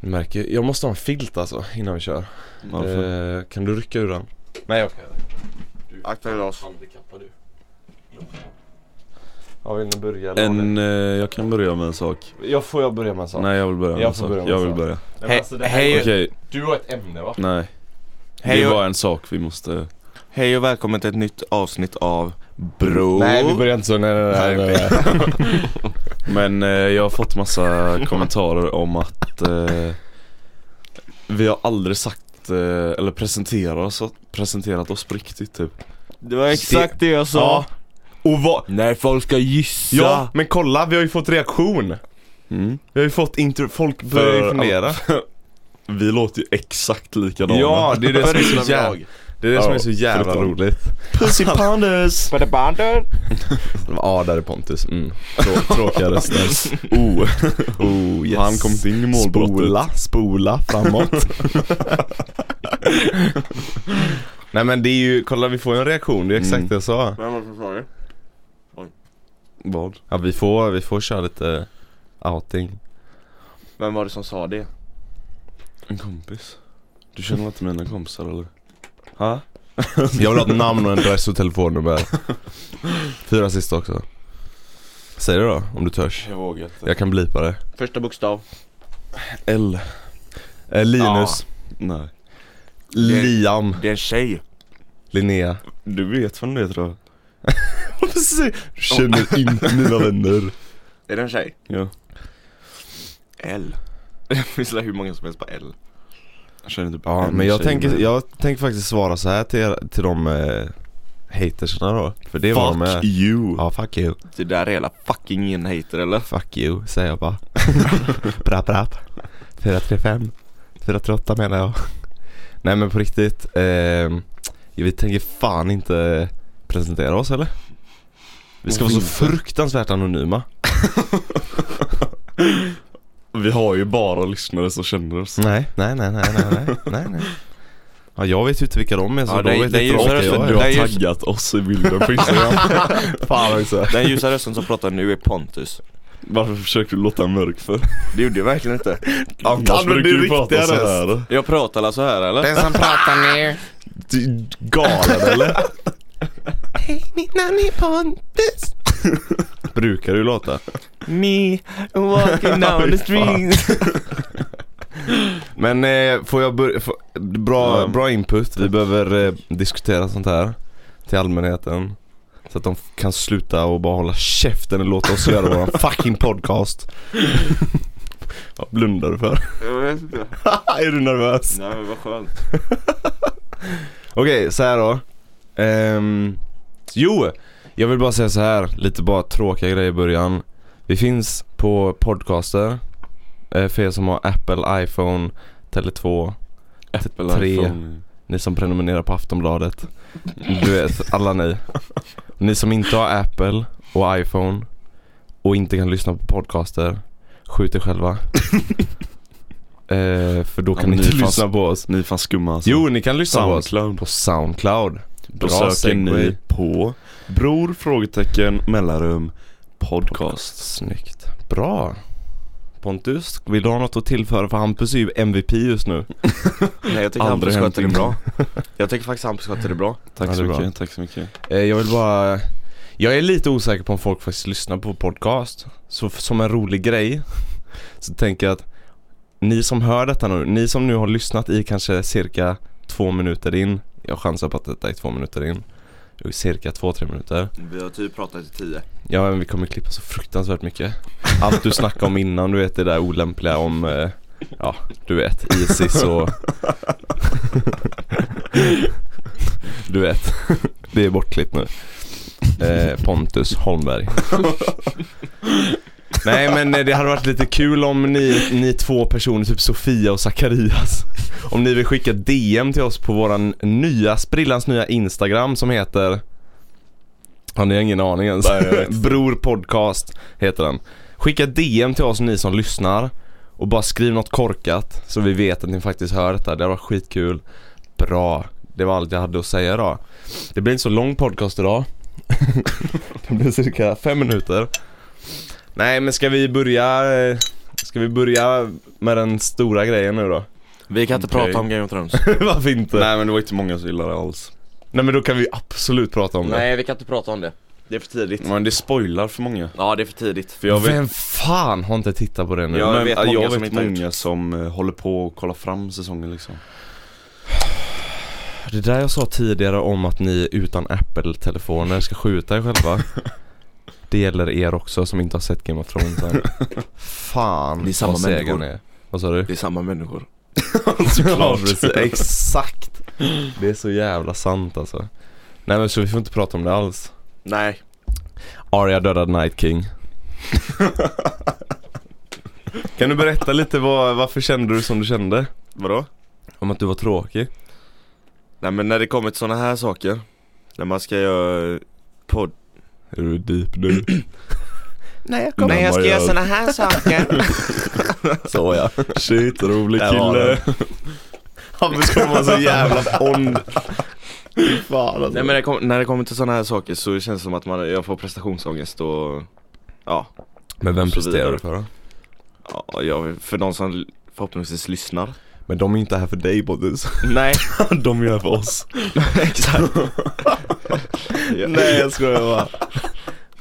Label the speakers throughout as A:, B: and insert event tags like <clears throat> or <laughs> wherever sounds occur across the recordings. A: Jag märker, jag måste ha en filt alltså innan vi kör.
B: Varför?
A: Eh, kan du rycka ur den? Nej jag kan göra det.
C: Akta dig Lars.
A: Handikappad du. Ja, vill ni börja eller?
B: En, eh, jag kan börja med en sak.
A: Jag får jag börja med en sak?
B: Nej jag vill börja med
A: Jag
B: en
A: får
B: sak.
A: börja med
B: Jag
A: en
B: vill
A: sak.
B: börja.
A: Nej, men
D: He-
A: alltså, det här,
D: hej,
B: Okej,
A: Du har ett ämne va?
B: nej.
D: hej,
B: Det
D: och,
B: var en sak vi måste...
C: Hej och välkommen till ett nytt avsnitt av Bro.
A: Nej vi börjar inte så, nej nej nej. nej, nej.
B: Men eh, jag har
A: <laughs>
B: fått massa kommentarer om att eh, vi har aldrig sagt eh, eller presenterat oss, presenterat oss på riktigt typ.
C: Det var exakt det jag sa.
A: Och vad?
C: När folk ska
A: <laughs>
C: gissa.
A: Ja men kolla, vi har ju fått reaktion.
B: Mm.
A: Vi har ju fått intro, folk börjar ju
B: För-
A: fundera.
B: Vi låter ju exakt likadana.
A: Ja, det är
B: <laughs>
A: det som är så jävla, det är det som är så
B: Ja,
A: jävla
B: förutom-
A: roligt.
B: Pussy Pounders!
A: Ja, där är Pontus. Mm. Trå- tråkiga <laughs> röster.
B: Oh,
A: Oh, yes.
B: han kom inte in i målbrottet.
A: Spola, spola <laughs> framåt. Nej men det är ju, kolla vi får ju en reaktion, det är exakt
B: Mm.
A: det jag sa.
C: Vem var det som sa det?
B: Vad?
A: Ja vi får, vi får köra lite outing.
C: Vem var det som sa det?
B: En kompis? Du känner inte mina kompisar eller?
A: Ha? jag vill ha ett namn och en adress och telefonnummer. Fyra sista också. Säg det då, om du törs.
B: Jag vågar inte.
A: Jag kan blipa det.
C: Första bokstav.
B: L.
A: Eh, Linus,
B: Nej.
A: Liam,
C: Det är en tjej.
A: Linnea.
B: Du vet vem det är tror jag.
A: Varför säger du? Känner inte mina vänner.
C: Är det en tjej?
B: Ja.
C: L. <laughs> Det finns väl hur många som helst på L.
B: Jag känner typ
A: Ja,
B: en
A: men jag
B: tjej
A: tänker,
B: med-
A: jag tänker faktiskt svara så här till, till de eh, hatersarna då. För det var de
B: Fuck
A: är.
B: you!
A: Ja, fuck you.
C: Det där är hela fucking ingen hater eller?
A: Fuck you, säger jag bara. <laughs> Prapp, prapp. 435. 438 menar jag. Nej men på riktigt. Eh, vi tänker fan inte presentera oss eller? Vi ska vara så fruktansvärt anonyma.
B: Vi har ju bara lyssnare som känner oss.
A: Nej, nej, nej, nej, nej, nej, nej, nej. Ja, jag vet ju inte vilka de är så
C: Ja,
A: då
C: det-
A: vet inte
C: det är ju
A: de vilka
C: så-
A: jag
B: Du
A: är.
C: Nej,
B: har
C: just-
B: taggat oss i bilden på Instagram.
A: <laughs> Fan också.
C: Den ljusa rösten som pratar nu är Pontus.
B: Varför försöker du låta mörk för?
C: Det gjorde jag verkligen <laughs> inte.
B: Annars
A: men
B: brukar
A: det är
B: du prata
A: riktiga
B: så här.
C: Jag pratar alla så här eller?
A: Den som pratar nu. Du galen eller? Hej, mitt namn är Pontus. <laughs> Brukar du låta?
C: Me walking down <laughs> the street.
A: Men eh, får jag börja, får- bra,
B: Ja.
A: bra input. Vi behöver eh, diskutera sånt här till allmänheten. Så att de f- kan sluta och bara hålla käften och låta oss göra
C: <laughs>
A: våran fucking podcast. <laughs> Vad blundar du för?
C: Jag vet inte.
A: <laughs> är du nervös?
C: Nej men vad skönt.
A: <laughs> Okej, så här då. Ehm, jo, jag vill bara säga så här. Lite bara tråkiga grejer i början. Vi finns på podcaster. Eh, för er som har Apple, iPhone, Tele2.
B: Apple
A: Tre.
B: iPhone.
A: Ni som prenumererar på Aftonbladet. Du vet, alla ni. Ni som inte har Apple och iPhone och inte kan lyssna på podcaster. Skjut er <laughs> själva. Eh, för då
B: Ja,
A: kan
B: men
A: ni inte
B: ni fan-
A: lyssna på oss.
B: Ni är fan skumma alltså.
A: Jo, ni kan lyssna på oss.
B: Soundcloud.
A: På Soundcloud.
B: Då
A: Bra
B: söker
A: segway.
B: ni på bror? Frågetecken, mellanrum, podcast.
A: Snyggt. Bra. Pontus, vill du ha något att tillföra? För Hampus är ju MVP just nu.
C: Nej jag tycker
B: Aldrig
C: Hampus skötte det
B: hänt
C: bra. Jag tycker faktiskt Hampus skötte det bra.
B: Tack
A: Ja,
B: så
A: det är
B: mycket,
A: bra.
B: tack så mycket.
A: Eh, jag vill bara... Jag är lite osäker på om folk faktiskt lyssnar på podcast. Så f- som en rolig grej så tänker jag att ni som hör detta nu, ni som nu har lyssnat i kanske cirka två minuter in. Jag chansar på att detta är två minuter in. Cirka två, tre minuter.
C: Vi har typ pratat i tio.
A: Ja men vi kommer klippa så fruktansvärt mycket Allt du snackade om innan du vet det där olämpliga om eh, Ja du vet Isis och Du vet <laughs> Det är bortklippt nu eh, Pontus Holmberg <laughs> Nej men eh, det hade varit lite kul om ni, ni två personer, typ Sofia och Zacharias <laughs> Om ni vill skicka DM till oss på våran nya, sprillans nya Instagram som heter Ja ni har ingen aning ens
B: Nej, jag
A: <laughs>
B: vet.
A: Bror podcast heter den Skicka DM till oss ni som lyssnar Och bara skriv något korkat Så vi vet att ni faktiskt hör detta, det var skitkul Bra, det var allt jag hade att säga idag Det blir inte så lång podcast idag <laughs> Det blir cirka fem minuter Nej men ska vi börja eh, Ska Ska vi börja med den stora grejen nu då? <laughs>
C: Vi kan inte
B: Okej.
C: prata om Game of Thrones.
A: Varför inte? Nej.
B: Nej men det var inte många som gillade det alls
A: men då kan vi absolut prata om det
C: <laughs> Nej, vi kan inte prata om det. Det är för tidigt.
B: Men det spoilar för många
C: Ja, det är för tidigt.
B: För jag vet,
A: Vem fan har inte tittat på det nu?
C: Ja,
B: men,
C: jag vet många
B: jag
C: som
B: vet
C: inte har
B: många som eh, håller på och kollar fram säsongen liksom
A: Det där jag sa tidigare om att ni utan Apple-telefoner ska skjuta er <laughs> själva Det gäller er också som inte har sett Game of Thrones <laughs> än Fan
C: Ni är samma
A: vad sega
C: människor.
A: ni är. Vad sa du?
C: Det är samma människor.
A: Ja, precis. Exakt! Det är så jävla sant alltså Nej men så vi får inte prata om det alls
C: Nej.
A: Arya dödade Night King <laughs> Kan du berätta lite vad, varför kände du som du kände?
C: Vadå?
A: Om att du var tråkig?
C: Nej men när det kommer till sådana här saker. När man ska göra podd.
A: Är du deep nu?
C: <clears throat> Nej jag
A: kommer- Nej, jag ska göra såna
C: <laughs> här saker.
A: Så ja
B: Shit, rolig
A: Där var
B: kille
A: <laughs> Hampus kommer vara så jävla ond Fy fan alltså.
C: Nej men när det, kom, när det kommer till sådana här saker så känns det som att man, jag får prestationsångest och ja,
A: Men vem
C: Och så
A: presterar
C: vidare.
A: du för då?
C: ja jag, för någon som förhoppningsvis lyssnar.
A: Men de är inte här för dig Bodis <laughs>
C: Nej,
A: De är här för <laughs> oss
C: exakt.
B: <laughs>
C: Ja.
A: Nej jag skojar bara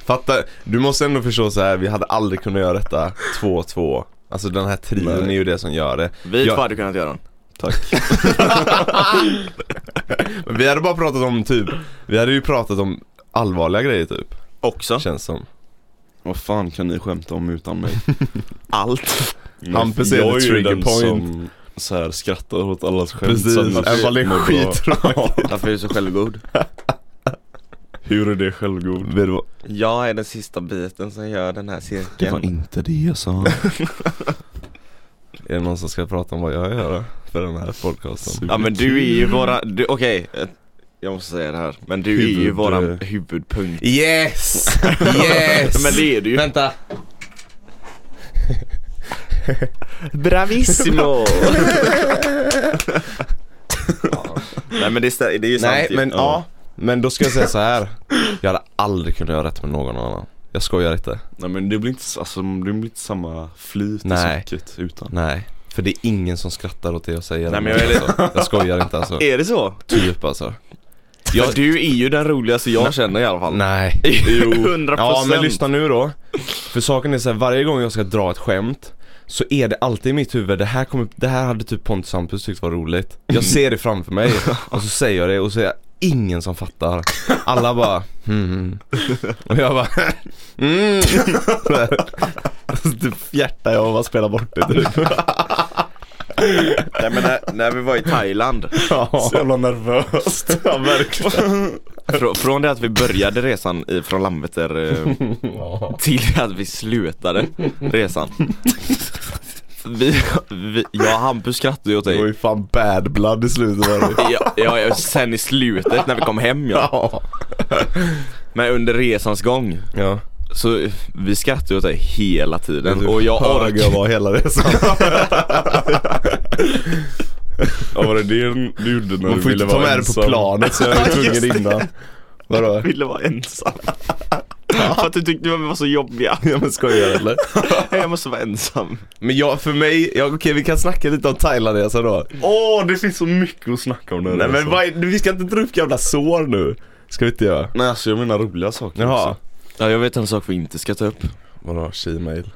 A: Fatta, du måste ändå förstå så här. vi hade aldrig kunnat göra detta 2-2 Alltså den här trion
B: Nej.
A: är ju det som gör det
C: Vi
A: Jag-
C: två hade kunnat göra den.
A: Men Vi hade bara pratat om typ, vi hade ju pratat om allvarliga grejer typ,
C: Också.
A: känns som
B: Vad fan kan ni skämta om utan
A: <laughs>
B: mig?
C: Allt.
A: Hampus är the trigger point.
B: som så här skrattar åt allas skämt
A: Precis,
B: så att man
A: även fall det är
B: mår
A: <laughs>
B: bra.
A: skittråkigt
C: <laughs> Varför är du så självgod?
B: Hur är det självgod?
A: Vet du vad-
C: Typ. Jag är den sista biten som gör den här
B: Det var
C: cirkeln.
B: inte det jag
C: <laughs>
B: sa
A: Är det någon som ska prata om vad jag gör för den här podcasten?
C: Ja men du är ju våra, du- okej. eh, Jag måste säga det här, men du är ju
B: Huvud-
C: våran huvudpunkt. <laughs>
A: Yes! <laughs> Yes!
C: Men det är du ju. <laughs>
A: Vänta!
C: Bravissimo! <laughs> Nej men det är, stä- det är ju sant
A: Nej
C: ju.
A: men ja. men då ska jag säga så här. Jag hade aldrig kunnat göra rätt med någon annan Jag skojar inte
B: Nej men det blir inte, s- alltså, det blir inte samma flyt i
A: Nej.
B: sockret utan
A: Nej, för det är ingen som skrattar åt det jag säger
C: Nej, men jag är
A: alltså. jag skojar inte
C: <laughs>
A: alltså,
C: Är det så?
A: typ alltså
C: Ja, du är ju den roligaste jag känner i alla fall.
A: Nej
C: <laughs> Jo. 100%
A: Ja men lyssna nu då. För saken är så här, varje gång jag ska dra ett skämt så är det alltid i mitt huvud, det här, kommer, det här hade typ Pontus Hampus tyckt var roligt. Jag ser det framför mig och så säger jag det och så är jag ingen som fattar. Alla bara mm. Och jag bara <laughs> mm. Så här. Så typ fjärtar jag och bara spelar bort det typ.
C: Nej men när, när vi var i Thailand,
A: <laughs> Ja.
B: Så jävla nervöst
A: Ja verkligen.
C: frå, från det att vi började resan i, från Landvetter
A: <laughs>
C: eh, till att vi slutade resan. Vi, vi, jag och Hampus skrattade ju åt
A: Det var
C: dig.
A: ju fan bad blood i slutet var det.
C: Ja, ja, ja, sen i slutet när vi kom hem ja.
A: Ja.
C: Men under resans gång
A: Ja.
C: så vi skrattade ju åt dig hela
A: typ
C: tiden och jag
A: Hög jag
C: orkade
A: var hela resan.
B: Ja var det det du gjorde när
A: Man
B: du
A: får
B: ville
A: inte ta
B: vara
A: med det
B: ensam?
A: på planet så jag är tvungen innan. Vadå?
C: ville vara
B: <laughs>
C: ensam. För att du tyckte att vi var så jobbiga.
A: Ja men skojar du, eller?
C: Jag måste vara ensam.
A: Men jag, för mig, ja, okej vi kan snacka lite om Thailandresan då.
B: Åh det finns så mycket att snacka om den
A: Nej men
B: resan.
A: vad, är- vi ska inte dra upp gamla sår nu. Ska vi inte göra?
B: Nej alltså jag menar roliga saker
A: Jaha.
C: Ja, jag vet en sak vi inte ska ta upp.
A: Vadå, Gmail?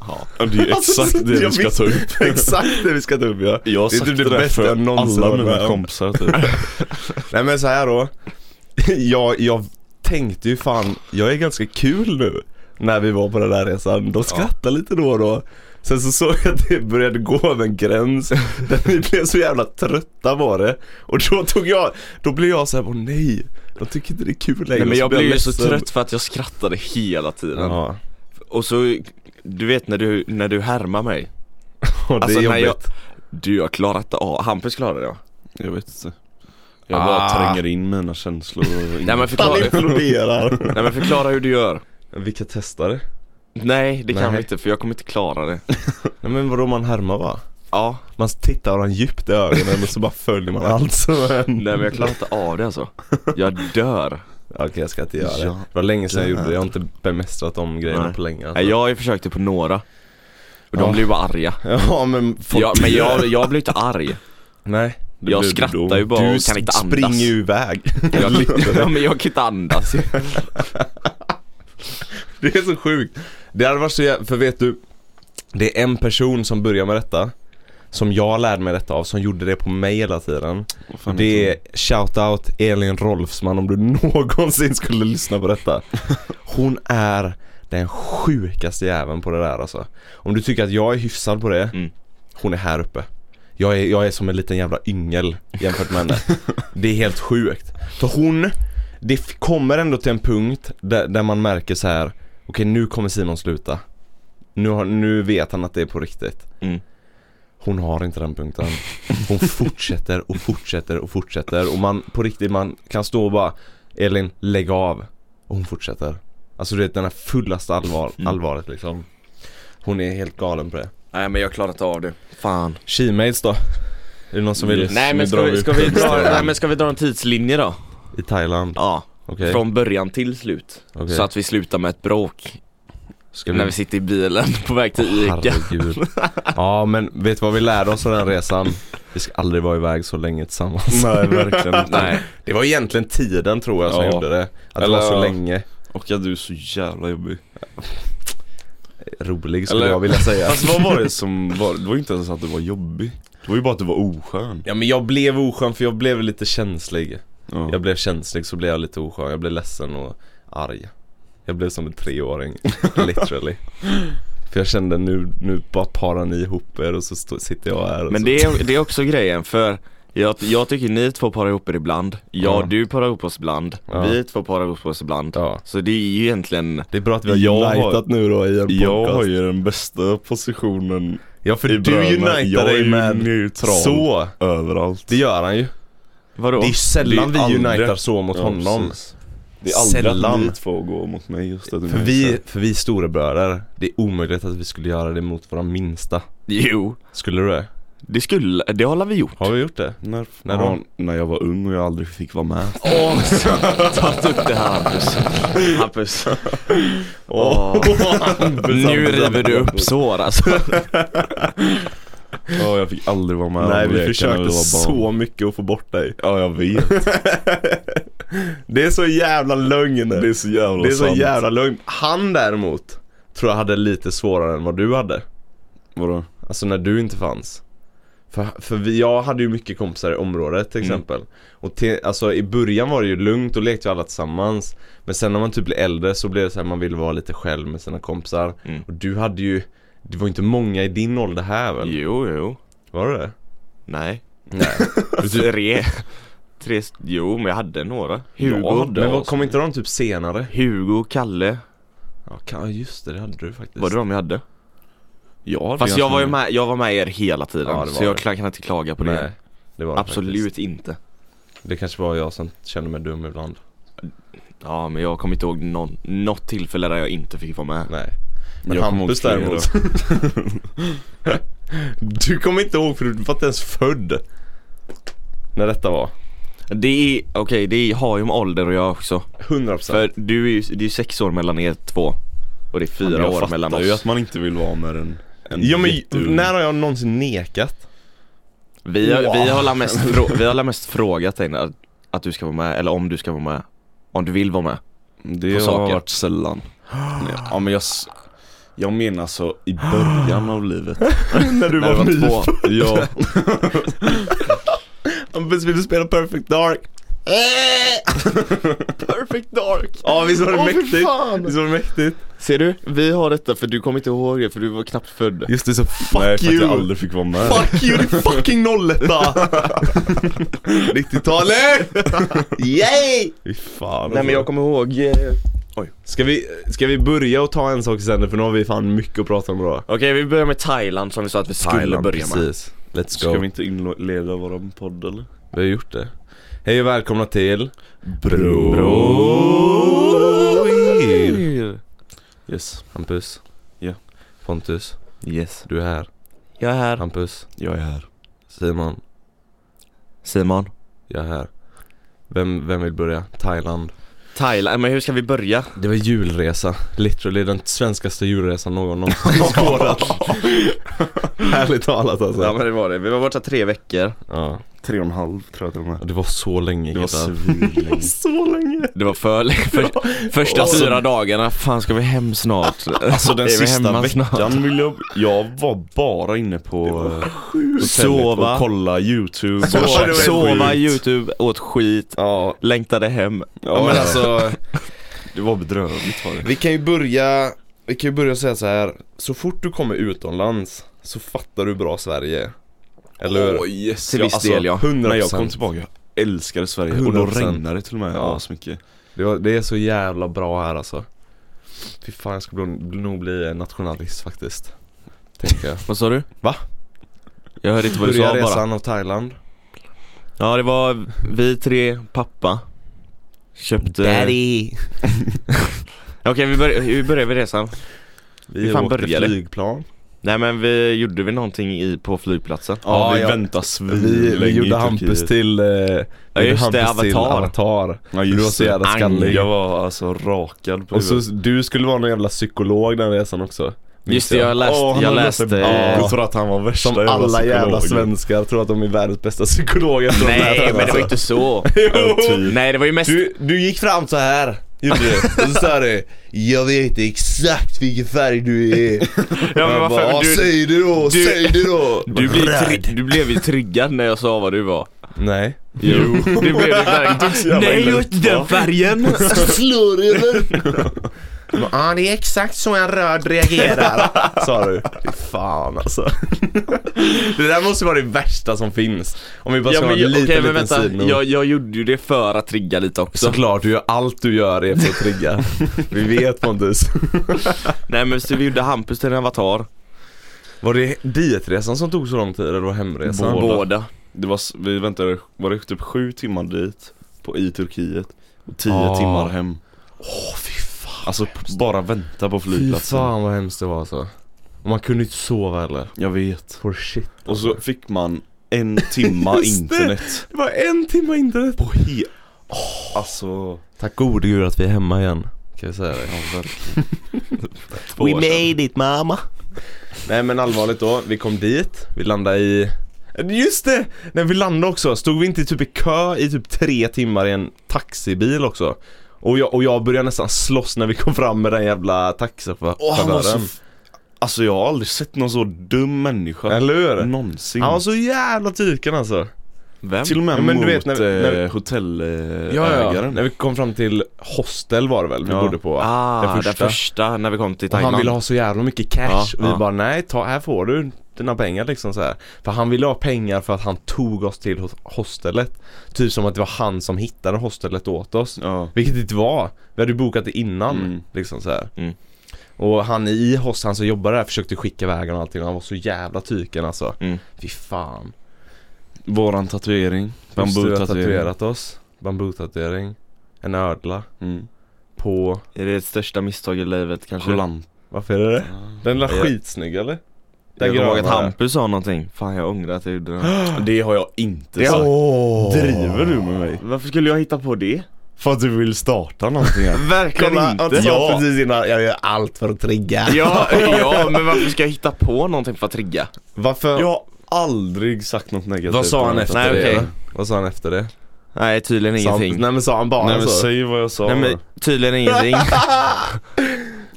C: Ja.
B: Ja, det är ju
A: Alltså,
B: exakt det
A: jag
B: vi ska
A: visste-
B: ta upp
A: Exakt det vi ska ta upp ja.
B: Jag har
A: Det är
B: sagt
A: typ
B: det,
A: det
B: där
A: bästa jag
B: för
A: någonsin
B: alla
A: varit med
B: mina
A: om.
B: kompisar typ
A: Nej men så här då. <laughs> Jag, jag tänkte ju fan, jag är ganska kul nu. När vi var på den där resan. De skrattade lite då och då. Sen så såg jag att det började gå över en
C: <laughs>
A: gräns. Där vi blev så jävla trötta på det. Och då tog jag, då blev jag så här, åh nej. De tycker inte det är kul längre.
C: Nej, men
A: Och
C: jag blev ju så
A: ledsen.
C: trött för att jag skrattade hela tiden. <laughs>
A: Ja,
C: Och så, du vet när du, när du härmar mig.
A: och det
C: Alltså,
A: är
C: när
A: jobbigt.
C: <laughs> jag- Du jag klarar inte av, Hampus klarar det ja.
B: <laughs> Jag vet inte Jag bara
A: Ah.
B: tränger in mina känslor och
C: Nej men,
A: Han
C: förklara,
A: imploderar.
C: <laughs> nej men förklara hur du gör.
A: Vilka testare?
C: Nej det kan
A: Nej.
C: vi inte för jag kommer inte klara det.
A: Nej men vadå man härmar va?
C: Ja,
A: Man tittar varandra djupt i ögonen och så bara följer man allt som händer.
C: nej men jag klarar inte av det alltså. Jag dör.
A: Okej jag ska inte göra det.
B: Ja.
A: Det var länge sedan jag gjorde det, jag har inte bemästrat de grejerna
C: Nej.
A: på länge alltså.
C: Nej, jag har ju försökt det på några. Och de
A: Ja.
C: blev bara arga.
A: <laughs> Ja men folk...
C: Ja, men jag, jag blev inte arg.
A: Nej.
B: Det
C: Jag
B: blev
C: skrattar
B: dom.
C: ju bara
A: Du
C: och kan inte andas.
A: springer ju iväg. <laughs>
C: Jag, ja, men jag kan inte andas ju.
A: <laughs> Det är så sjukt. Det hade varit så jä- för vet du, det är en person som börjar med detta. Som jag lärde mig detta av, som gjorde det på mig hela tiden.
B: Vad fan
A: Det
B: heter
A: är shoutout Elin Rolfsman om du <laughs> någonsin skulle lyssna på detta. Hon är den sjukaste jäveln på det där alltså. Om du tycker att jag är hyfsad på det,
C: Mm.
A: hon är här uppe. Jag är, jag är som en liten jävla yngel jämfört med henne. Det är helt sjukt. För hon, det f- kommer ändå till en punkt där, där man märker så här. okej nu kommer Simon sluta. Nu, har, nu vet han att det är på riktigt.
C: Mm.
A: Hon har inte den punkten. Hon fortsätter och fortsätter och fortsätter och man på riktigt man kan stå och bara Elin lägg av och hon fortsätter. Alltså du vet den här fullaste allvar,
C: Mm.
A: allvaret liksom. Hon är helt galen på det.
C: Nej men jag klarar inte av det. Fan.
A: Shemaids då? Är det någon som vill?
B: Yes.
C: Nej
B: Nu
C: men ska
B: drar
C: vi,
B: vi
C: ska vi dra,
A: pucksträvan.
C: nej, men ska vi dra en tidslinje då?
A: I Thailand?
C: Ja.
A: Okej.
C: Från början till slut.
A: Okej.
C: Så att vi slutar med ett bråk.
A: Ska
C: När vi sitter i bilen på väg till
A: Åh,
C: Ica.
A: Herregud. Ja men vet du vad vi lärde oss av den resan? Vi ska aldrig vara iväg så länge tillsammans.
B: Nej verkligen inte.
C: Nej.
A: Det var egentligen tiden tror jag som
B: Ja.
A: gjorde det. Att
B: Eller-
A: det var så länge.
B: Och att du är så jävla jobbig
A: Rolig skulle
B: Eller-
A: jag vilja säga.
B: Alltså vad var det som var, det var ju inte ens att du var jobbig Det var ju bara att du var oskön
A: Ja men jag blev oskön för jag blev lite känslig.
B: ja.
A: Jag blev känslig så blev jag lite oskön. Jag blev ledsen och arg. Jag blev som en <laughs> treåring, literally. För jag kände nu, nu bara parar ni ihop er och så stå, sitter jag här och
C: Men
A: så.
C: det är, det är också grejen för jag, jag tycker ni två parar ihop er ibland. Jag
A: Ja.
C: och du parar ihop oss ibland.
A: Ja.
C: Vi två parar ihop oss ibland.
A: Ja.
C: Så det är ju egentligen
A: Det är bra att vi har
B: Jag har-
A: unitat nu då i en podcast.
B: Jag har ju den bästa positionen
A: ja för
B: i
A: du
B: bröderna.
A: unitar
B: Jag är
A: dig
B: ju
A: med
B: neutral
A: så.
B: överallt
A: Det gör han ju.
C: Vadå?
A: Det är sällan
B: Det är
A: vi
B: aldrig-
A: unitar så mot
B: Ja,
A: honom.
B: precis. Det är aldrig
A: Sällan.
B: att ni två går mot mig just det du
A: För
B: menar.
A: vi, för vi är storebröder. Det är omöjligt att vi skulle göra det mot våra minsta.
C: Jo,
A: Skulle du det?
C: det skulle, det har vi gjort.
A: Har vi gjort det? <laughs>
B: När,
A: När
B: när,
A: då?
B: när jag var ung och jag aldrig fick vara med
C: Åh, tagit upp det här Hampus. Hampus. Åh. Nu river du upp sår alltså.
B: Ja jag fick aldrig vara med om
A: Nej
B: leken
A: vi
B: när jag var
A: försökte
B: barn.
A: så mycket att få bort dig.
B: Ja jag vet,
A: Det är så jävla lögn.
B: det är så jävla
A: Det är så
B: sant.
A: jävla lögn. Han däremot tror jag hade lite svårare än vad du hade.
B: Vadå?
A: Alltså när du inte fanns. För, för vi, jag hade ju mycket kompisar i området till
B: Mm.
A: exempel. Och te, alltså, i början var det ju lugnt, och lekte vi alla tillsammans. Men sen när man typ blev äldre så blev det så här, man ville vara lite själv med sina kompisar.
C: Mm.
A: Och du hade ju, det var inte många i din ålder här väl?
C: <laughs> Jo, jo.
A: Var det det?
C: Nej.
A: Nej.
C: Tre. Tre, st- jo men jag hade några. Hugo.
B: hade-
A: Men vad, kom inte de typ senare?
C: Hugo, Kalle.
A: Ja kan- just det, det hade du faktiskt.
C: Var det de jag hade?
B: Jag hade
C: Fast
B: ganska
C: jag var ju
B: många.
C: med, jag var med er hela tiden.
A: Ja, det var
C: så jag
A: det.
C: kla- kan inte klaga på det.
A: Nej, det var det
C: Absolut
A: faktiskt.
C: inte.
A: Det kanske var jag som kände mig dum ibland.
C: Ja men jag kommer inte ihåg någon, något tillfälle där jag inte fick vara med.
A: Nej. Men
B: Jag kommer
A: Hampus
B: ihåg flera.
A: däremot. <laughs> du kommer inte ihåg för du var inte ens född. När detta var.
C: Det är, okej det har ju med ålder att göra också.
A: 100%
C: För du är ju, det är ju sex år mellan er två. Och det är fyra
B: Men jag
C: år
B: fattar
C: mellan
B: ju
C: oss.
B: att man inte vill vara med en, en
A: Ja men
B: jätteung-
A: när har jag någonsin nekat?
C: Vi, har-
A: Wow.
C: vi, har la mest frå, <laughs> vi har la mest frågat dig att, att du ska vara med, eller om du ska vara med. Om du vill vara med.
B: Det
C: på
B: har
C: saker.
B: varit sällan Nej, Ja men jag, s- jag menar så i början av livet
A: när du
C: När du var två.
B: Ja,
A: Hampus vill du spela Perfect
B: <laughs>
A: Dark?
C: Perfect dark!
A: Ja visst var det
C: Åh, fy
A: mäktigt?
C: fan.
A: Visst var det mäktigt?
C: Ser du? Vi har detta för du kommer inte ihåg det för du var knappt född.
A: Just det så fuck
B: nej för att jag
A: you!
B: aldrig fick vara med
A: Fuck you din fucking 01
B: <laughs>
A: <laughs> 90-talet! Yay! Fy fan alltså.
C: Nej men jag kommer ihåg... eh,
A: Ska vi, ska vi börja och ta en sak i sänder för nu har vi fan mycket att prata om idag
C: Okej vi börjar med Thailand som vi sa att vi skulle börja med.
A: precis Let's go
B: Ska vi inte inleda våran podd eller?
A: Vi har gjort det Hej och välkomna till
B: Bro.
A: Broir.
B: Yes,
A: Hampus
B: Ja.
A: Pontus,
C: Yes.
A: du är här
C: Jag är här.
A: Hampus,
B: jag är här
A: Simon,
C: Simon.
A: jag är här Vem, vem vill börja? Thailand
C: Thailand, men hur ska vi börja?
A: Det var julresa, literally den svenskaste julresan någon någonsin skådat Härligt talat alltså
C: Ja
A: ja,
C: men det var det, vi var borta tre veckor
B: Tre och en halv tror jag till och med
A: Det var så länge
B: Det var
A: Kidda.
B: svinlänge
A: så länge
C: Det var för, <laughs> för första fyra dagarna, fan ska vi hem snart?
B: Alltså den
C: <laughs> Är vi
B: sista
C: hemma
B: veckan vill jag, jag var bara inne på eh, hotellet
C: Sova.
B: och kolla youtube och
C: Sova,
B: käka
C: sova
B: skit.
C: youtube, åt skit,
B: Ja,
C: längtade hem
B: ja
A: men alltså,
B: det var bedrövligt var det
A: vi kan ju börja, vi kan ju börja säga så här. Så fort du kommer utomlands så fattar du bra Sverige Eller hur?
B: Åh, yes,
C: Till
B: jag-
C: viss del, ja.
A: 100%
B: När jag kom tillbaka, jag älskade Sverige och då
A: 100%.
B: regnade det till och med
A: Ja.
B: ja. så mycket
A: det, var, det är så jävla bra här alltså Fy fan jag ska bli, nog bli nationalist faktiskt Tänker jag
C: Vad sa du?
A: Va?
C: Jag hörde inte vad du
A: <laughs> Börja
C: sa bara
A: resan av Thailand
C: Ja det var vi tre, pappa Köpte
A: Daddy
C: <laughs> Okej vi börjar, hur börjar vi resan?
A: Vi
C: fan
A: åkte
C: började?
A: flygplan
C: Nej men vi, gjorde vi någonting i, på flygplatsen?
B: Ja,
A: Ja,
B: vi
A: ja.
B: väntade
A: Vi,
B: svinlänge
A: vi
B: i
A: gjorde
B: Turkiet.
A: Hampus till, eh,
C: Ja,
A: vi gjorde
C: just det,
A: Hampus till
C: Avatar.
A: avatar.
B: Ja
A: Du var
B: just
A: så
B: det,
A: jävla skallig
B: jag var alltså rakad på
A: Och så
B: huvudet.
A: du skulle vara någon jävla psykolog den resan också
C: Just det, jag läste,
B: Åh, han
C: jag
B: hade
C: läste
B: en bok
A: Ja.
B: för att han var värsta
A: Som alla jävla
B: psykologen.
A: svenskar tror att de är världens bästa psykologer efter de här
C: Nej men det
A: alltså.
C: var inte <laughs> så
A: Jo.
C: Nej det var ju mest
A: du, du gick fram så här gjorde du, och så sa du Jag vet exakt vilken färg du är
C: ja,
A: Jag
C: men
A: bara,
C: varför,
A: "Ja,
C: du,
A: Säg det då,
C: du-
A: säg det då
C: du, blev,
A: Röd.
C: tri- du blev ju triggad när jag sa vad du var
A: Nej
C: Jo Du blev ju <laughs> verkligen
B: jävla illa ut, va?
C: <laughs> färgen!
A: <laughs> Slår över Ja det är exakt så en röd reagerar Sa du Fy Fan alltså Det där måste vara det värsta som finns Om vi bara
C: Ja
A: ska ha
C: men
A: en liten
C: okej men
A: liten
C: vänta,
A: sidnote.
C: jag, jag gjorde ju det för att trigga lite också
A: Såklart, du gör allt du gör är för att <laughs> trigga Vi vet Pontus
C: Nej men så vi gjorde Hampus till en avatar
A: Var det ditresan som tog så lång tid eller var hemresan?
B: Båda.
C: Båda
B: Det var, s- vi väntade, var det typ sju timmar dit på, i Turkiet och tio
A: Ja.
B: timmar hem
A: Åh fy fan
B: Alltså p- bara vänta på
A: Fy
B: flygplatsen
A: fan vad hemskt det var alltså Och man kunde inte sova heller
B: Jag vet
A: For shit
B: Och så fick man en timma
A: Just det.
B: internet
A: Det var en timme internet
B: på he... Alltså...
A: Tack gode gud att vi är hemma igen Kan jag säga det
B: Ja, <laughs>
C: We made it mama
A: Nej men allvarligt då, vi kom dit, vi landade i Just det! När vi landade också, stod vi inte typ i kö i typ tre timmar i en taxibil också? Och jag, och jag började nästan slåss när vi kom fram med den jävla
B: Åh, han var så...
A: taxichauffören
B: f- Alltså jag har aldrig sett någon så dum människa
A: Eller hur?
B: Någonsin
A: Han var så jävla tyken alltså
C: Vem?
B: Till och med
A: Ja, men
B: mot
A: du vet när vi- när vi-
B: eh, hotellägaren
A: När vi kom fram till hostel var det väl vi
B: Ja.
A: bodde på?
C: Ah,
A: Den
C: den
A: första.
C: första. när vi kom till
A: Och
C: Thailand
A: han ville ha så jävla mycket cash
C: Ja,
A: och vi
C: ja.
A: bara nej, ta, här får du dina pengar liksom så här. För han ville ha pengar för att han tog oss till hos- hostelet Typ som att det var han som hittade hostelet åt oss
B: Ja
A: Vilket det inte var, vi hade ju bokat det innan
B: Mm.
A: liksom så här.
C: Mm.
A: Och han i host, han som jobbade där försökte skicka iväg och allting Han var så jävla tyken alltså
C: Mm.
A: Fy fan
B: Våran tatuering
A: Just det, vi har
B: Bambutatuering
A: tatuerat oss Bambutatuering En ödla
B: mm.
A: På,
C: Är det ett största misstag i livet kanske?
B: Kolant
A: varför är det det? Den lilla
C: Ja.
A: skitsnygg eller?
C: Ah. Jag kommer ihåg att
A: gröna.
C: Hampus sa någonting, fan jag ångrar att jag gjorde det
B: <gasps> Det har jag inte
C: Det har-
B: sagt
A: Åh.
B: Driver du med mig?
C: Varför skulle jag hitta på det?
B: För att du vill starta någonting här <laughs>
C: Verkligen inte!
A: ja.
B: Ja.
A: precis innan, jag gör allt för att trigga
C: Ja, <laughs> ja, men varför ska jag hitta på någonting för att trigga?
A: Varför?
B: Jag har aldrig sagt något negativt
A: Vad sa han
B: om
A: efter
C: Nej,
A: det?
C: okej.
A: då? Vad sa han efter det?
C: Nej tydligen
A: Sa han,
C: ingenting
A: nej men sa han bara
B: Nej men
A: så?
B: säg vad jag sa
C: Nej men tydligen <laughs> ingenting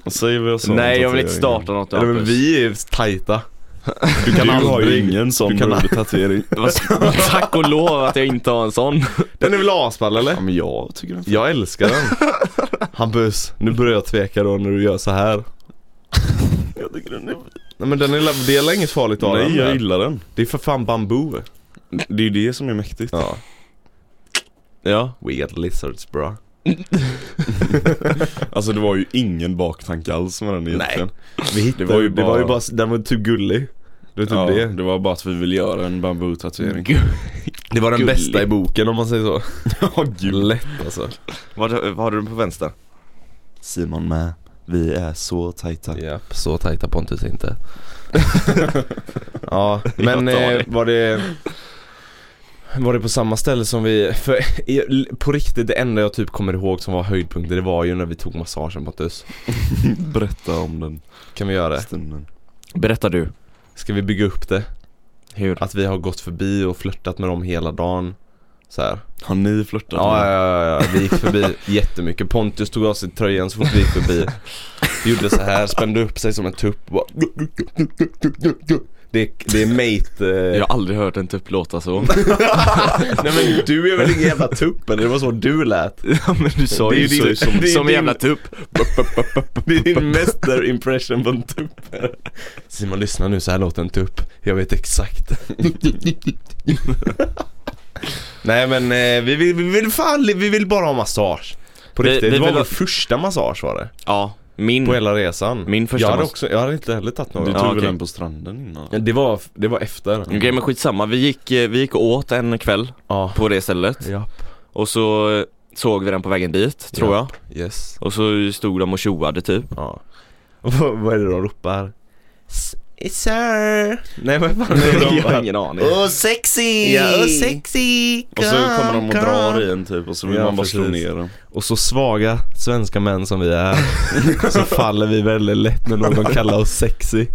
B: Säg vad jag sa om
C: Nej jag vill inte
B: tatueringen.
C: starta något
A: Eller men
C: Hampus
A: vi är tajta
B: Du kan
A: Du har ju
B: aldrig
A: ingen
B: ingen sån
A: du kan-
B: <laughs> tatuering
C: Det var- <laughs> Tack och lov att jag inte har en sån
A: Den är väl asball eller?
B: Ja men jag tycker den
A: Jag älskar den <laughs> Hampus, nu börjar jag tveka då när du gör så <laughs> här
B: Jag tycker den är
A: Nej men den är, det är inget farligt av
B: Nej
A: den
B: jag
A: där.
B: gillar den
A: Det är för fan bambu
B: Det är ju det som är mäktigt
A: Ja
C: Ja
A: Weird lizards bra
B: Alltså det var ju ingen baktanke alls med den egentligen
A: Vi hittade, det var ju bara, det var ju bara den var typ gullig Det var typ
B: ja,
A: det
B: det var bara att vi ville göra en bambutatuering
A: Det var den
C: Gullig.
A: bästa i boken om man säger
C: <laughs>
A: så Ja gud Lätt alltså
C: Vad, vad har du på vänster?
B: Simon med, vi är så tajta
A: Japp, så tajta Pontus <laughs> inte Ja, men
C: Jag tar
A: eh,
C: det.
A: var det var det på samma ställe som vi, för i- på riktigt det enda jag typ kommer ihåg som var höjdpunkter det var ju när vi tog massagen Pontus.
B: Berätta om den
A: Kan vi göra det?
B: stunden.
C: Berätta du.
A: Ska vi bygga upp det?
C: Hur?
A: Att vi har gått förbi och flörtat med dem hela dagen. Så här.
B: Har ni flörtat?
A: Ja, ja, ja, ja, vi gick <laughs> förbi jättemycket. Pontus tog av sig tröjan så fort vi gick förbi. Gjorde så här, spände upp sig som en tupp. och Bara... Det, det är mate... Eh...
C: Jag har aldrig hört en tupp låta så.
A: <laughs> Nej men du är väl ingen jävla tupp eller? Det var så du lät.
C: ja men du sa
A: Det är
C: ju
A: ju
C: så,
A: din-
C: som,
A: det är
C: som en
A: din-
C: jävla tupp.
A: Det är din mästerimpression på en tupp. Simon lyssna nu, så här låter en tupp. Jag vet exakt. <laughs> Nej men eh, vi vill, vi vill fan, vi vill bara ha massage. På
C: Vi-
A: riktigt,
C: vi
A: det var
C: vill
A: vår
C: ha-
A: första massage var det.
C: Ja, min.
A: På hela resan.
C: Min första
A: jag hade,
C: mass-
A: också, jag hade inte heller tagit
B: Du
A: någon.
B: tog
C: Ja,
B: väl
C: okej.
B: den på stranden innan?
A: Det var, det var efter.
C: Okej men skitsamma, vi gick, eh, vi gick och åt en kväll
A: Ja.
C: på det stället
A: Japp.
C: och så eh, såg vi den på vägen dit, tror jag.
A: Yes.
C: Och så stod de och
A: <laughs>
C: tjoade typ.
A: Ja. Och vad, vad är det de ropar? S- Sir! Nej vad fan är det de
C: jag har
A: ropar?
C: ingen aning.
B: Åh sexy!
A: Ja, och sexy!
B: Och så kommer de
A: Come,
B: och
A: come.
B: drar i en typ och så vill
A: Ja,
B: man bara slå
A: precis.
B: ner <laughs> dem.
A: Och så svaga svenska män som vi <laughs> är så faller vi väldigt lätt när någon kallar oss sexy.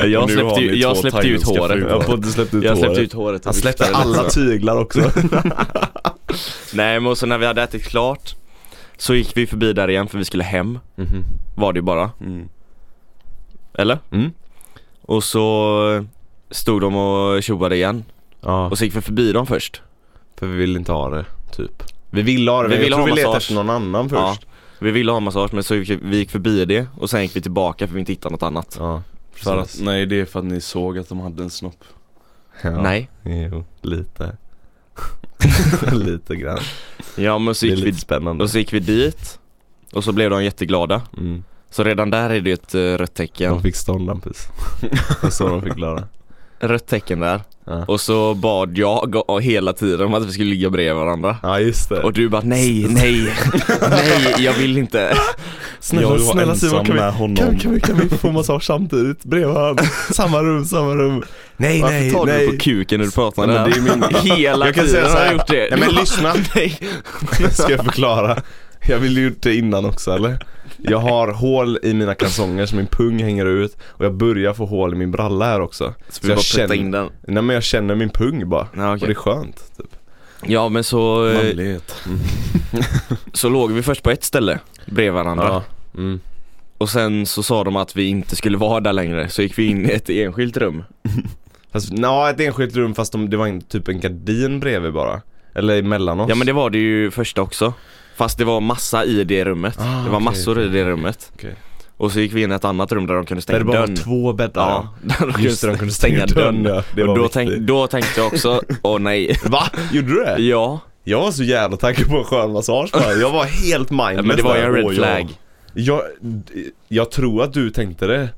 C: Jag
B: Nu
C: släppte,
B: har
C: ju,
B: ni
C: jag
B: två
C: släppte ut
B: thailändska fruar.
C: håret.
A: Pontus släppte ut
C: Jag släppte
A: håret.
C: ut håret. och
A: Han släppte
C: viftade.
A: alla tyglar <laughs> också.
C: Nej men och så när vi hade ätit klart så gick vi förbi där igen för vi skulle hem.
A: Mhm.
C: Var det ju bara.
B: Mm.
C: Eller?
A: Mm.
C: Och så eh, stod de och tjoade igen.
A: Ja,
C: Och så gick vi förbi dem först.
A: för vi vill inte ha det, typ. Vi vill ha det,
C: Vi
A: men
C: vill
A: jag
C: ha
A: tror vi letar
C: massage.
A: efter någon annan
C: Ja.
A: först.
C: Vi ville ha massage men så gick vi gick förbi det och sen gick vi tillbaka för vi inte hittade något annat.
A: Ja,
B: För att, nej det är för att ni såg att de hade en snopp.
A: Ja.
C: Nej.
A: Jo, <laughs> lite. lite grann.
C: Ja men så
A: Det är
C: gick, vi,
A: lite spännande.
C: och så gick vi dit och så blev de jätteglada.
A: Mm.
C: Så redan där är det ju ett eh, rött
A: De
C: tecken.
A: fick stånd <laughs> Hampus. Det var så de fick klara.
C: Rött tecken där.
A: Ja.
C: Och så bad jag och- hela tiden om att vi skulle ligga bredvid varandra.
A: Ja just det.
C: Och du bara nej, nej, nej, jag vill inte.
A: Snälla,
B: jag var
A: snälla
B: ensam
A: Simon, kan vi,
B: med honom.
A: Kan, kan, vi, kan vi få massage samtidigt bredvid <laughs> varandra? Samma rum, samma rum. Nej,
C: Varför
A: nej,
C: tar
A: nej.
C: du på kuken när du pratar med
A: Nej, men
C: den? Hela
A: Jag kan
C: tiden
A: säga så
C: har jag
A: här.
C: gjort det.
A: Nej, men lyssna.
C: <laughs> nej.
A: Ska jag förklara? Jag ville gjort det innan också eller? Jag har hål i mina kalsonger så min pung hänger ut och jag börjar få hål i min bralla här också.
C: Så
A: Så
C: vi bara
A: jag
C: putta
A: känner,
C: in den.
A: nej men jag känner min pung bara.
C: Ja,
A: Och
C: okej.
A: det är skönt. Typ.
C: ja men så, eh,
B: Manlighet.
C: så låg vi först på ett ställe bredvid varandra.
A: Ja. Mm.
C: Och sen så sa de att vi inte skulle vara där längre. Så gick vi in i ett enskilt rum.
A: Fast, nja, ett enskilt rum fast de, det var en, typ en gardin bredvid bara. Eller mellan oss.
C: Ja men det var det ju första också. Fast det var massa i det rummet.
A: Ah,
C: det var
A: okej,
C: massor i det rummet.
A: Okej.
C: Och så gick vi in i ett annat rum där de kunde stänga
A: Där det bara var
C: dörren.
A: två bäddar.
C: Ja, <laughs> där de
A: <laughs>
C: kunde
A: Just det, de kunde stänga dörren. Ja, det
C: Och
A: var
C: då,
A: viktigt.
C: tänk, då tänkte jag
A: <laughs>
C: också, åh nej.
A: Va? Gjorde du det?
C: Ja,
A: Jag var så jävla taggad på en skön massage bara. Jag var helt mindless
C: men det var ju
A: där.
C: en
A: Åh,
C: red
A: ja.
C: flag.
A: Jag, jag tror att du tänkte det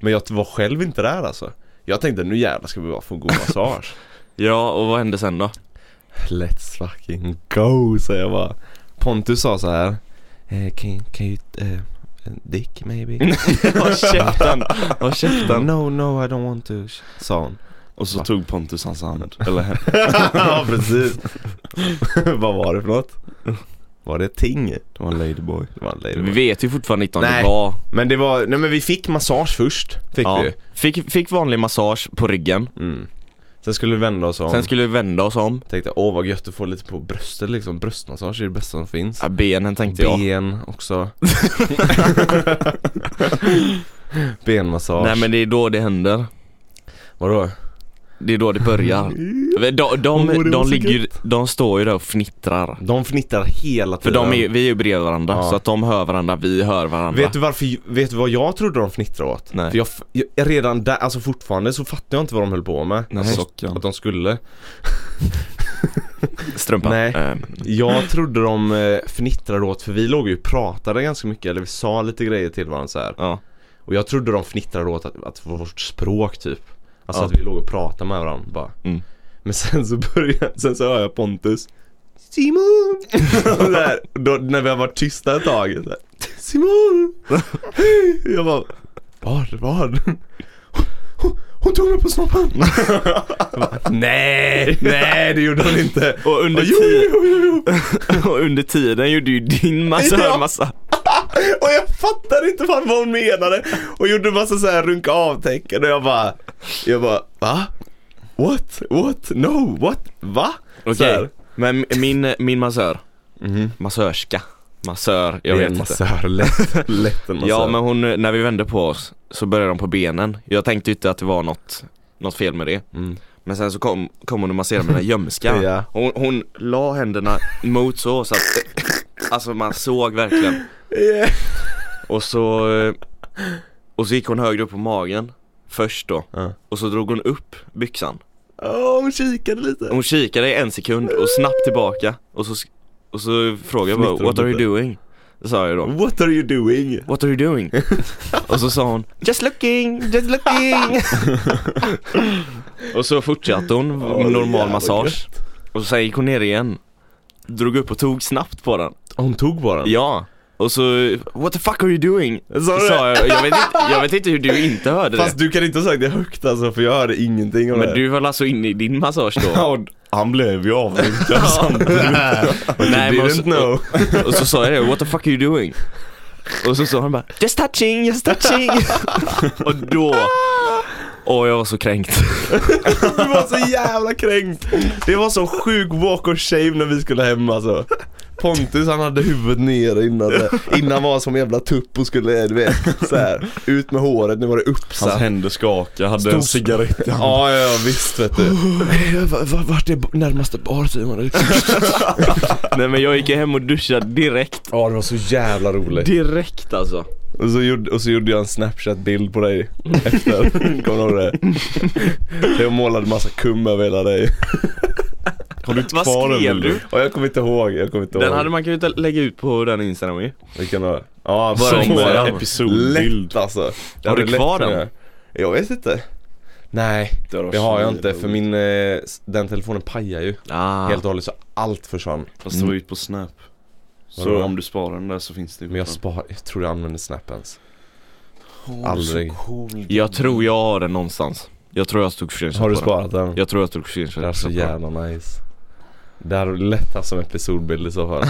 A: Men jag var själv inte där alltså Jag tänkte nu jävlar ska vi bara få en god massage
C: <laughs> Ja, och vad hände sen då?
A: Let's fucking go säger jag bara Pontus sa så här eh, Can, can you eh, dick maybe?
C: Håll
B: <laughs>
C: käften, håll käften.
A: no no I don't want to Sa
C: <laughs>
A: hon
B: Och så
A: Va?
B: tog Pontus hans hand. Eller <laughs> hen-
A: Ja precis <laughs> Vad var det för något? Var det ting?
B: det var en ladyboy.
A: Det var en
C: Vi
A: ladyboy.
C: vet ju fortfarande inte om
A: Nej.
C: det var.
A: Men det var, nej men vi fick massage först Fick
C: Ja.
A: vi
C: Fick, fick vanlig massage på ryggen,
A: mm. Sen skulle vi vända oss om
C: sen skulle vi vända oss om.
A: Tänkte åh vad gött att få lite på bröstet liksom, bröstmassage är det bästa som finns
C: Ja, benen tänkte jag.
A: Ben
C: <laughs>
A: också <laughs> Benmassage,
C: Nej men det är då det händer.
A: vadå?
C: Det är då det
A: <laughs>
C: börjar. Men De, de,
A: Åh, det var
C: de,
A: så
C: ligger, ju- de står ju där och fnittrar.
A: De fnittrar hela
C: För
A: tiden
C: de är, vi är ju bredvid varandra,
A: Ja.
C: så att de hör varandra, vi hör varandra.
A: Vet du varför, vet du vad jag trodde de fnittrade åt?
C: Nej.
A: För jag, f- jag, redan där, alltså fortfarande så fattar jag inte vad de höll på med
C: Nej.
A: Alltså
B: Sockan.
A: att de skulle
C: Strumpan.
A: Nej.
C: Eh,
A: Jag trodde de eh, fnittrade åt, för vi låg ju och pratade ganska mycket, eller vi sa lite grejer till varandra så här. <laughs>
C: ja.
A: Och jag trodde de fnittrade åt att, att vårt språk typ Alltså
C: Ja.
A: att vi låg och pratade med varandra bara
C: Mm.
A: Men sen så började, sen så hör jag Pontus Simon! <laughs> Och där, då, när vi har varit tysta ett tag så här, Simon! Hej! Jag bara Vad? Vad? Hon, Hon tog mig på <laughs> snoppen! nej, nej det gjorde hon inte.
C: Och under,
A: Och, jo,
C: ti-
A: jo, jo, jo.
C: och under tiden gjorde ju din massör
A: Ja.
C: massa.
A: och jag fattade inte fan vad hon menade och gjorde massa så här runka avtecken och jag bara, jag bara va? What? What? No? What? Va? Så
C: Okej.
A: här.
C: Men min, min massör, massörska, massör, jag
A: Mhm. Det är
C: vet
A: en
C: inte.
A: massör, <laughs> lätt, lätt en massör.
C: Ja men hon, när vi vände på oss så började de på benen. Jag tänkte ju inte att det var något, något fel med det.
A: Mm.
C: Men sen så kom, kom hon och masserade mina
A: <laughs>
C: gömskar.
A: Ja.
C: hon, hon la händerna mot så, så att <laughs> Alltså man såg verkligen.
A: Yeah.
C: Och så eh, Och så gick hon högre upp på magen Först då
A: Ja.
C: Och så drog hon upp byxan
A: Åh, Oh, hon kikade lite.
C: Hon kikade i en sekund och snabbt tillbaka Och så, sk- och så frågade jag bara
A: Fnittrade
C: What are you
A: lite.
C: doing? Sa jag då
A: What are you doing?
C: What are you
A: <laughs>
C: doing? och så sa hon Just looking,
A: <laughs>
C: just looking Och så fortsatte hon
A: Ja, det är
C: normal
A: jävla
C: massage Och sen gick hon ner igen Drog upp och tog snabbt på den
A: Hon tog bara den?
C: Ja, och så What the fuck are you doing?
A: Sa du
C: Sa
A: det?
C: jag, jag, vet inte, jag vet inte hur du inte hörde
A: Fast du kan inte ha sagt det högt alltså för jag hörde ingenting
C: det
A: om
C: Men
A: det.
C: du höll alltså inne i din massage då?
B: Ja, han blev ju avbruten
C: <laughs> Nej, men och,
A: <laughs> Didn't
C: så,
A: know.
C: och så sa jag det, what the fuck are you doing? Och så sa han bara Just touching, just touching Och då Åh jag var så kränkt
A: Du var så jävla kränkt. Det var så sjuk walk of shame när vi skulle hem alltså. Pontus han hade huvudet nere innan det. Innan var han som en jävla tupp och skulle du vet så här, ut med håret, nu var det
B: Hans
A: uppsatt.
B: händer skakade, hade en
A: Stod-
B: cigarett i handen
A: Ja, ja visst vet du.
B: Vart är närmaste bar Simon?
C: <laughs> Nej men jag gick hem och duschade direkt
A: Ja det var så jävla roligt.
C: Direkt alltså
A: Och så gjorde, och så gjorde jag en snapchat-bild på dig efter, kommer du ihåg det? Jag målade massa kum över hela dig.
B: Har du inte
C: Vad
B: kvar den
C: skrev
B: bilden?
C: du?
A: Och jag kommer inte ihåg, jag kommer inte
C: Den
A: ihåg.
C: hade man kunnat lägga ut på den instagram ju
A: Vi kan ha, ja
C: Bara
A: som
C: en
A: en
C: Instagram.
A: episodbild Lätt alltså Det
C: Har du
A: hade lätt
C: kvar den?
A: kunnat- Jag vet inte Nej det har jag inte för min, eh, s- den telefonen pajar ju
C: ah.
A: helt och hållet så allt försvann
B: Fast det var ut på snap Så
A: Vadå?
B: om du sparar den där så finns det ju
A: Men jag spar, jag tror jag använder snap ens aldrig.
C: Jag tror jag har den någonstans Jag tror jag stod screenshot
A: Har du
C: på den.
A: sparat den?
C: Jag tror jag stod
A: Det är
C: screenshot
A: så
C: på den.
A: jävla nice Det hade du lätt haft som episodbild i så fall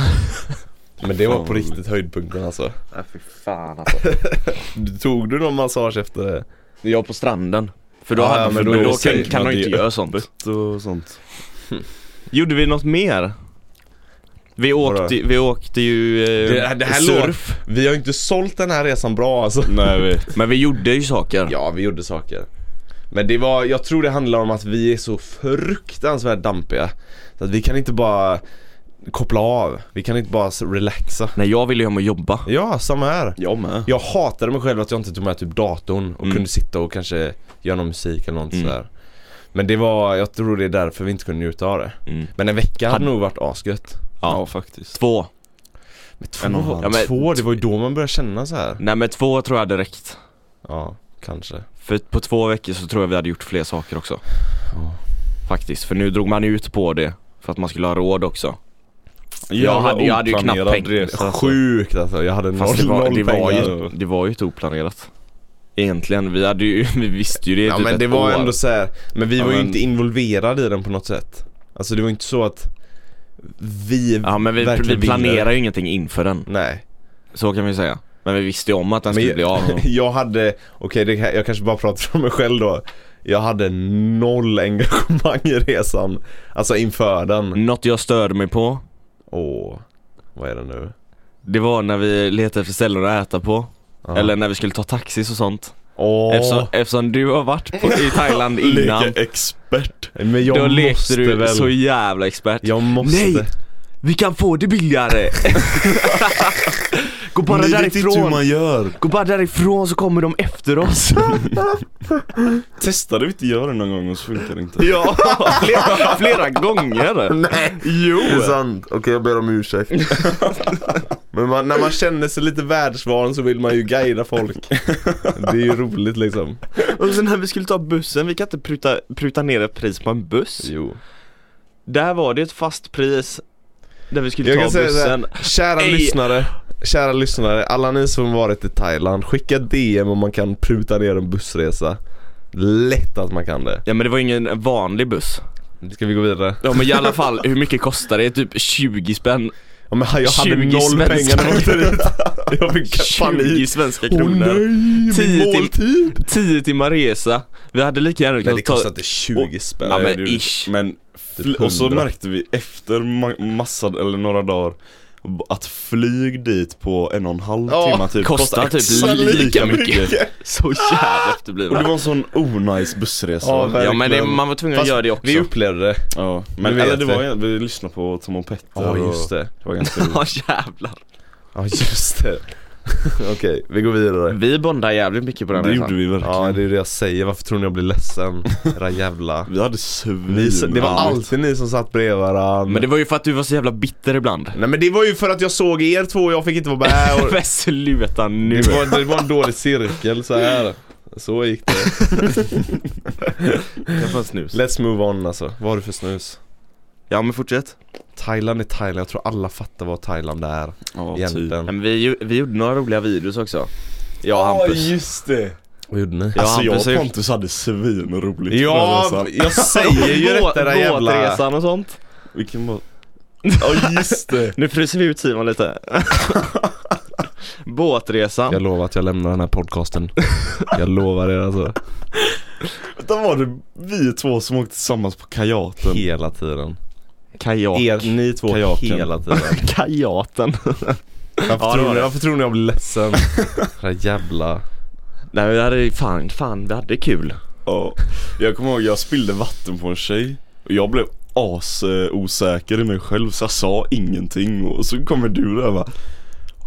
A: Men det var på riktigt höjdpunkten alltså
C: Ja, fy fan alltså.
A: Tog du någon massage efter det?
C: Jag på stranden. För då,
A: Ja,
C: hade,
A: ja,
C: men
A: men
C: då,
A: då är det
C: kan,
A: safe,
C: kan
A: man
C: de inte
A: hade ju
C: göra sånt.
B: och sånt
C: Gjorde vi något mer? Vi åkte, vi åkte ju eh,
A: Det- det här
C: surf,
A: Vi har ju inte sålt den här resan bra alltså
B: Nej vet
C: men vi gjorde ju saker.
A: Ja, vi gjorde saker. Men det var, jag tror det handlar om att vi är så fruktansvärt dampiga. Så att vi kan inte bara koppla av. Vi kan inte bara s- relaxa.
C: Nej jag ville ju hem och jobba.
A: Ja, samma här.
B: Jag med
A: Jag hatade mig själv att jag inte tog med typ datorn och
C: Mm.
A: kunde sitta och kanske göra någon musik eller något
C: Mm.
A: sådär. Men det var, jag tror det är därför vi inte kunde njuta av det.
C: Mm.
A: Men en vecka hade
C: Hade-
A: nog varit asgött.
C: Ja.
B: Ja, faktiskt
C: Två.
A: Men två,
B: En och en halv.
A: ja,
C: Ja, men-
A: men, två, det var ju då man började känna så här.
C: Nej men två tror jag hade räckt.
A: Ja, kanske.
C: För på två veckor så tror jag vi hade gjort fler saker också.
A: Ja.
C: Faktiskt, för nu drog man ut på det för att man skulle ha råd också. Jag
B: Jävla
C: hade- jag hade ju knappt
B: oplanerad
C: pengar.
B: resa, alltså.
A: Sjukt alltså, jag hade noll,
C: Fast det var,
A: noll
C: det var,
A: pengar.
C: ju, det var ju inte oplanerat. Egentligen, vi, hade ju, <laughs> vi visste ju det i
A: Ja
C: typ
A: men
C: ett
A: det var
C: år.
A: ändå så här, men vi
B: Ja,
A: var ju
B: men-
A: inte involverade i den på något sätt Alltså det var inte så att vi
C: Ja men vi, vi
A: verkligen
C: planerar
A: ville-
C: ju ingenting inför den,
A: Nej
C: så kan vi säga Men vi visste ju om att den
A: Men
C: skulle
A: jag- <laughs>
C: bli av
A: Jag hade, okej det här- jag kanske bara pratar för mig själv då Jag hade noll engagemang i resan Alltså inför den
C: Något jag störde mig på,
A: Åh, vad är det nu?
C: det var när vi letade efter ställen att äta på
A: Ja.
C: Eller när vi skulle ta taxis och sånt
A: Åh,
C: eftersom, eftersom du har varit på, i
A: <laughs>
C: Thailand innan
B: Leka expert
A: men jag
C: Då lekte
A: måste
C: du
A: väl
C: så jävla expert
A: Jag måste
C: Nej! Vi kan få
A: <laughs>
C: det billigare! Gå bara
B: Nej, vet inte hur
C: därifrån!
B: man gör
C: Gå bara därifrån så kommer de efter oss!
B: Testade vi inte göra det någon gång och så funkar det inte
C: <laughs> ja, flera, flera
A: <laughs>
C: gånger!
A: Nej!
C: Jo!
A: Det är sant, okej jag ber om ursäkt <laughs> Men man, när man känner sig lite världsvan så vill man ju guida <laughs> folk Det är ju roligt liksom
C: Och sen när vi skulle ta bussen, vi kan inte pruta, pruta ner ett pris på en buss
A: Jo
C: Där var det ett fast pris Där vi skulle
A: Jag kan
C: ta
A: säga så här,
C: bussen
A: kära
C: Ey.
A: lyssnare Kära lyssnare, alla ni som varit i Thailand, skicka DM om man kan pruta ner en bussresa Lätt att man kan det.
C: Ja men det var ju ingen vanlig buss
A: Ska vi gå vidare?
C: Ja men i alla fall, hur mycket kostar det? Typ 20 spänn
A: Ja, men jag hade
C: 20
A: noll
C: svenska
A: pengar när jag åkte dit. Jag fick
C: 20
A: panik.
C: svenska
A: Åh
C: kronor
A: nej,
C: 10
A: min
C: tim-
A: måltid!
C: 10 timmar resa Vi hade lika gärna
A: Nej det
C: kunnat
A: kostar
C: ta
A: inte 20 spänn.
C: Ja,
B: Nej,
C: men
B: det gjorde
C: ish.
B: det. Men fl-
A: Typ
B: och så
A: 100.
B: märkte vi efter ma- massa, eller några dagar b- att flyg dit på en och en halv
A: Ja,
B: timme typ
C: kostar typ
B: exakt
C: lika mycket. så <laughs> jävla efterblivna
B: Och det var en sån onajs bussresa
A: Ja, verkligen.
C: Ja men det, man var tvungen att
A: Fast
C: göra det också
A: Vi upplevde det.
B: Ja,
A: Nu
B: men
A: vet
B: eller det
A: vi.
B: var ju- vi lyssnade på Tom och Petter
A: Ja
B: och
A: just det.
B: det var ganska roligt.
C: <laughs> Ja jävlar
A: Ja just det. <laughs> Okej, vi går vidare.
C: Vi bondade jävligt mycket <laughs> på den
B: Det
C: resan
B: gjorde vi verkligen
A: Ja det är det jag säger, varför tror ni jag blir ledsen? Era jävla...
B: Vi hade svin
A: <laughs> Ni, som- det var
B: Ja.
A: alltid ni som satt bredvid varandra.
C: Men det var ju för att du var så jävla bitter ibland
A: Nej men det var ju för att jag såg er två och jag fick inte vara med <laughs> och...
C: Men sluta nu
A: det, var, det var en dålig cirkel så här. Så gick det.
C: Jag får en snus
A: Let's move on alltså. Vad har du för snus?
C: Ja men fortsätt
A: Thailand är Thailand, jag tror alla fattar vad Thailand är
B: Ja, typ.
A: egentligen.
C: Men vi, ju- vi gjorde några roliga videos också Jag och Hampus
B: just det!
A: Vad gjorde ni?
C: Ja,
B: Alltså jag och
C: Hampus har gjort-
B: Pontus hade svinroligt på den
A: Ja,
B: resan.
A: jag säger <laughs> ju
C: Båt-
A: detta era jävla...
C: Båtresan och sånt
B: Vilken var... Ja just det!
C: Nu fryser vi ut Simon lite Båtresan
A: Jag lovar att jag lämnar den här <laughs> podcasten. Jag lovar er alltså.
B: Då var det vi två som åkte tillsammans på kajaten
A: Hela tiden.
C: Kajak
A: Er, ni två
B: Kajaken.
A: hela <laughs> tiden.
C: Kajaten
A: Varför,
C: Ja,
A: tror
C: det var
A: ni,
C: det.
A: varför tror ni jag blir <laughs> ledsen? Era jävla...
C: Nej vi hade fan, fan vi hade kul
B: Ja. Jag kommer ihåg jag spillde vatten på en tjej och jag blev asosäker i mig själv så jag sa ingenting och så kommer du där och bara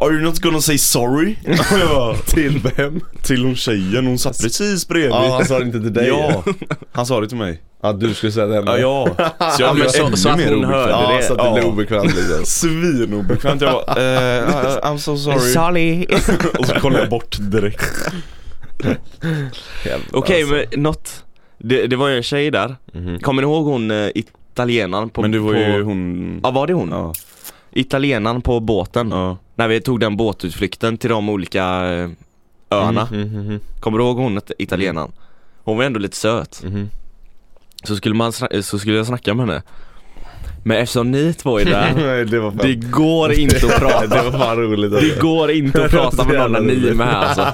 B: Are you not gonna say sorry? <laughs> Och jag bara,
A: Till vem?
B: till hon tjejen, hon satt precis bredvid
A: Ja, han sa det inte till dig.
B: Ja, han sa det till mig
A: Ja, du skulle säga det ändå.
B: ja Så
C: Ja,
B: jag
C: men
B: blev
C: så-
B: ännu
C: så att
B: mer
C: hon
B: obekväm
C: hörde
A: Ja,
C: det-
A: så att det blir <laughs> obekvämt liksom.
C: <laughs>
B: Svinobekvämt, jag bara eh, I- I'm so sorry
C: Sorry
B: <laughs> Och så kollade jag bort direkt
C: Okej men något det, det var ju en tjej där
A: alltså. Mhm.
C: Kommer ni ihåg hon eh, italienaren på
B: Men det var
C: på...
B: ju hon
C: Ja var det hon?
B: Ja,
C: Italienaren på båten
B: ja.
C: När vi tog den båtutflykten till de olika eh, öarna
A: Mhm, mhm,
C: Kommer du ihåg hon it- italienaren? Hon var ändå lite söt
A: mhm.
C: Så skulle, man sna- så skulle jag snacka med henne Men eftersom ni två är <laughs> där
A: <laughs> Nej, det var fan...
C: Det går inte att prata
A: det var fan roligt alltså.
C: Det går inte att prata med någon när ni är med här alltså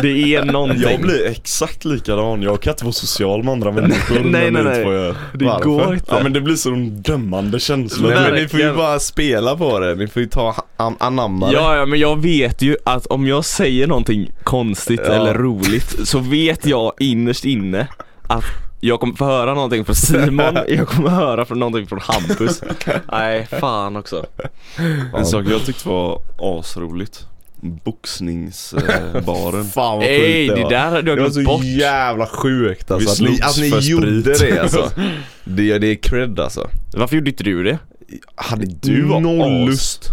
C: Det är någonting
B: Jag blir exakt likadan, jag kan inte vara social med andra människor
C: <laughs> nej,
B: när ni
C: nej.
B: två gör.
C: Det
A: Varför?
C: går inte
B: Ja men det blir sån dömande känsla
A: Nej, men
B: men,
A: ni får ju bara spela på det, ni får ju ta an- anamma det.
C: Ja, ja men jag vet ju att om jag säger någonting konstigt
A: Ja.
C: eller roligt så vet jag innerst inne att jag kommer få höra någonting från
B: <laughs>
C: Simon, jag kommer höra från någonting från Hampus Nej fan också
B: En sak jag tyckte var asroligt
C: <laughs>
B: Boxningsbaren
A: Fan vad
C: Ej
A: sjukt
C: det där hade jag
A: Det var
C: glömt
A: så
C: bort
A: jävla sjukt alltså, att
B: Vi
A: ni,
B: slogs
A: att ni
B: för
A: gjorde
B: sprit.
A: det <laughs> alltså. Det, det är cred alltså.
C: Varför gjorde inte du det?
A: Hade
B: Du var
A: noll
B: as.
A: lust?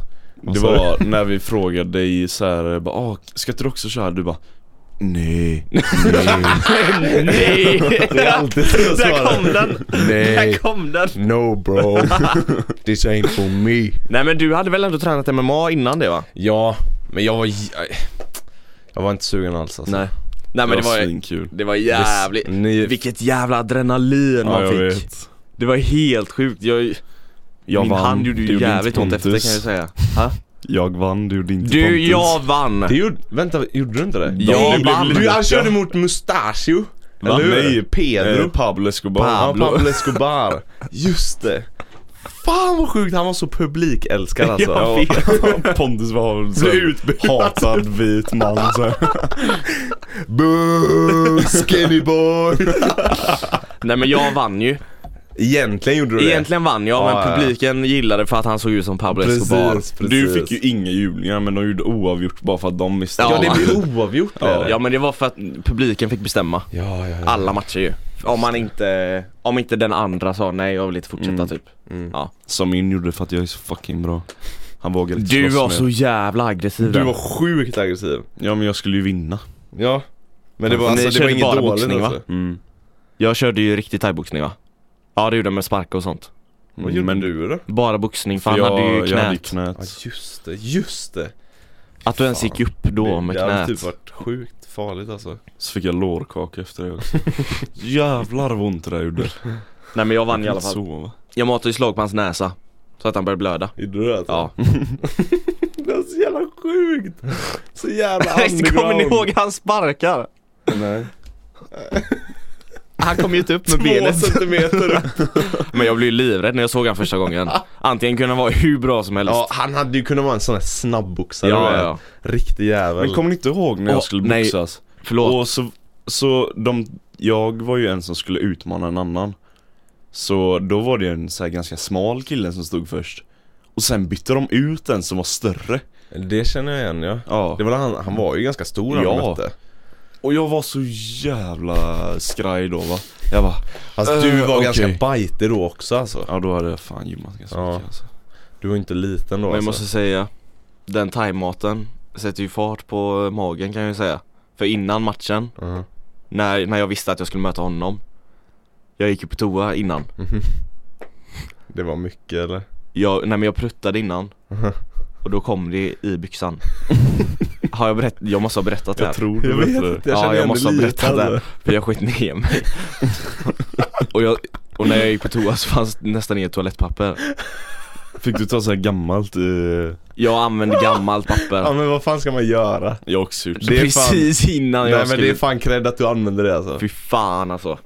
C: Alltså.
B: Det var när vi frågade dig såhär, bara ah, ska inte du också köra? Du bara
C: <laughs>
B: Nej, <laughs>
C: Nej!
A: Det är alltid så jag
C: Där
A: svarar.
C: kom den! Där
A: <laughs> Nej.
C: kom den!
A: No bro. <laughs> This ain't for me.
C: Nej men du hade väl ändå tränat MMA innan det va?
B: Alltså.
A: Ja, men jag var... j- Jag var inte sugen alls alltså.
C: Nej men det
B: var
C: var,
B: svinkul
C: det var jävligt
A: Ni,
C: Vilket jävla adrenalin man
B: jag
C: fick
B: vet
C: Det var helt sjukt, jag,
B: jag
C: min
B: vann.
C: hand gjorde
B: Det
C: ju jävligt
B: inte
C: ont efter
B: Pontus.
C: kan jag säga
B: Jag vann, du gjorde inte
C: Du,
B: Pontus.
C: jag vann!
A: det gjorde, vänta, gjorde du inte det?
C: Jag
A: Det blev
C: vann.
A: lite- Du, han körde mot Mustachio.
B: Va?
A: Eller hur?
B: Nej,
A: Pedro.
B: Eh, Pablo Escobar
A: Ja,
C: Pablo.
A: Pablo Escobar. Just det. Fan vad sjukt, han var så publikälskad alltså.
C: Jag
A: Ja.
B: <laughs>
C: vet.
B: Pontus var en sån
A: Blev utbildad.
B: hatad vit man så. här.
A: Boo, skinny boy.
C: Nej men jag vann ju
A: Egentligen gjorde du det.
C: Egentligen vann jag
A: Ja, ja.
C: men publiken gillade för att han såg ut som Pablo Escobar
A: Precis, precis.
B: Du fick ju inga julingar men de gjorde oavgjort bara för att de visste
C: Ja,
A: Ja, det
C: man.
A: blev oavgjort blev det.
C: Ja men det var för att publiken fick bestämma
A: ja, ja. ja.
C: alla matcher ju Om man inte, om inte den andra sa nej jag vill inte fortsätta
B: Mm.
C: typ
A: Mm.
C: ja.
B: Som min gjorde för att jag är så fucking bra Han vågade inte
C: Du
B: slåss
C: var
B: med.
C: så jävla aggressiv
A: Du
C: där.
A: var sjukt aggressiv.
B: Ja men jag skulle ju vinna
A: Ja. Men det var,
C: Ja, ni
A: alltså, det var
C: körde
A: inget
C: bara
A: dåligt
C: boxning, va?
A: alltså.
B: mm.
C: Jag körde ju riktig thaiboxning va? Ja det gjorde jag med sparkar och sånt
A: Vad gjorde
B: men
A: du då?
C: Bara boxning för,
B: jag,
C: han hade ju
B: jag hade
C: knät
B: knät
A: Ja just det, just det.
C: Att du ens gick upp då med
A: det hade
C: knät.
A: typ varit sjukt farligt alltså.
B: Så fick jag lårkaka efter det också. <laughs> Jävlar vad ont det där gjorde.
C: Nej men jag vann i alla fall.
B: Sova.
C: Jag matade ju slag på hans näsa. Så att han började blöda.
A: Gjorde du det? Alltså?
C: Ja.
A: Det är så jävla sjukt! Så
C: <laughs>
A: jävla
C: Kommer ni ihåg han sparkar?
A: Nej.
C: Han kom ju inte upp <laughs> med
A: Två
C: benet.
A: centimeter upp.
C: Men jag blev ju livrädd när jag såg han första <laughs> gången. Antingen kunde han vara hur bra som helst.
A: Ja, han hade ju kunnat vara en sån här snabbboxare.
C: Ja,
A: du vet.
C: ja.
A: Riktig jävel.
B: Men kommer ni inte ihåg när
C: Åh,
B: jag skulle
C: nej.
B: boxas?
C: Förlåt.
B: Och så, så de, jag var ju en som skulle utmana en annan Så då var det en så här ganska smal kille som stod först Och sen bytte de ut en som var större
A: Det känner jag igen ja.
B: Ja
A: Det var han, han var ju ganska stor när han
B: Ja.
A: mötte.
B: Och jag var så jävla skraj då va Jag bara,
A: Alltså
B: Eh,
A: du var
B: okej.
A: ganska bajtig då också alltså.
B: ja då hade jag fan gymmat ganska
A: Ja.
B: mycket alltså
A: Du var inte liten då
C: Men jag
A: alltså.
C: måste säga, den thaimaten sätter ju fart på magen kan jag ju säga. För innan matchen,
A: Ja.
C: när, när jag visste att jag skulle möta honom. Jag gick ju på toa innan.
A: Det var mycket eller?
C: Jag, nej men jag pruttade innan.
A: Uh-huh.
C: Och då kom det
A: <laughs>
C: i byxan. Har jag berättat? Jag måste ha berättat det här.
B: Jag tror du
A: Jag vet
B: vet det
A: inte. jag känner
C: ja, jag
A: igen
C: måste
A: det
C: ha
A: lite,
C: berättat det här,
A: alltså.
C: för jag skit
A: <laughs>
C: ner mig och, jag, och när jag gick på toa så fanns det nästan inget toalettpapper
B: Fick du ta så här gammalt, eh,
C: Jag använde gammalt
A: Ja
C: papper
A: men vad fan ska man göra?
B: jag har också gjort
A: Det är
C: Precis innan
A: Nej
C: jag
A: men
C: skulle
A: det är fan cred att du använder det alltså.
C: Fy
A: <laughs>
C: fan alltså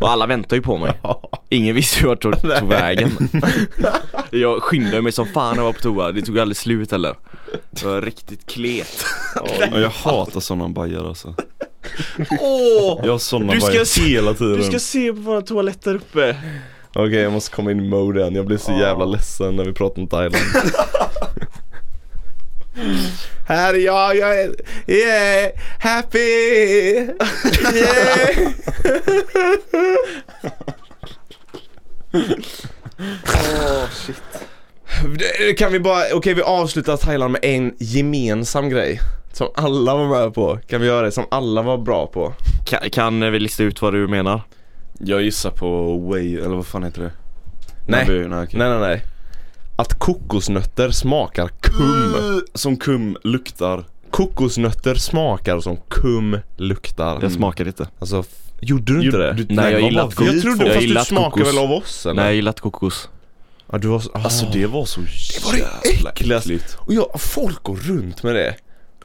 C: Och alla väntade ju på mig
A: Ja.
C: Ingen visste hur jag tog, tog vägen
A: <laughs>
C: Jag skyndade mig som fan när jag var på toa Det tog aldrig slut heller Det var riktigt klet
B: ja, Jag hatar sådana bajar alltså
C: <laughs> Åh!
B: Jag har sådana
C: Du ska
B: bajar
C: se-
B: hela tiden
C: Du ska se på våra toalett där uppe
A: Okej jag måste komma in i mode igen. Jag blir så jävla ledsen när vi pratar om Thailand. Här är jag, jag är yeah, happy! Yeah.
C: Åh shit
A: Det- Kan vi bara, okej vi avslutar Thailand med en gemensam grej. Som alla var med på. Kan vi göra det? Som alla var bra på.
C: kan, kan vi lista ut vad du menar?
B: <laughs> Jag gissar på way, eller vad fan heter det?
A: Nej.
B: Nej, nej, okej.
A: Nej nej nej. Att kokosnötter smakar kum.
C: Mm.
B: Som kum luktar
A: Kokosnötter smakar som kum luktar.
C: Jag smakar inte
A: Alltså, f- gjorde du inte det?
B: Gjorde- du-
C: Nej, jag
A: vad
C: gillar
A: var- Jag
C: kokos.
A: trodde
C: Jag
A: fast
C: gillar
A: du smakar
C: kokos.
A: väl av oss eller?
C: Nej jag gillar inte kokos
A: Ja, du var så,
B: Alltså
A: ah.
B: det var så jävla äckligt
A: Och jag, folk går runt med det.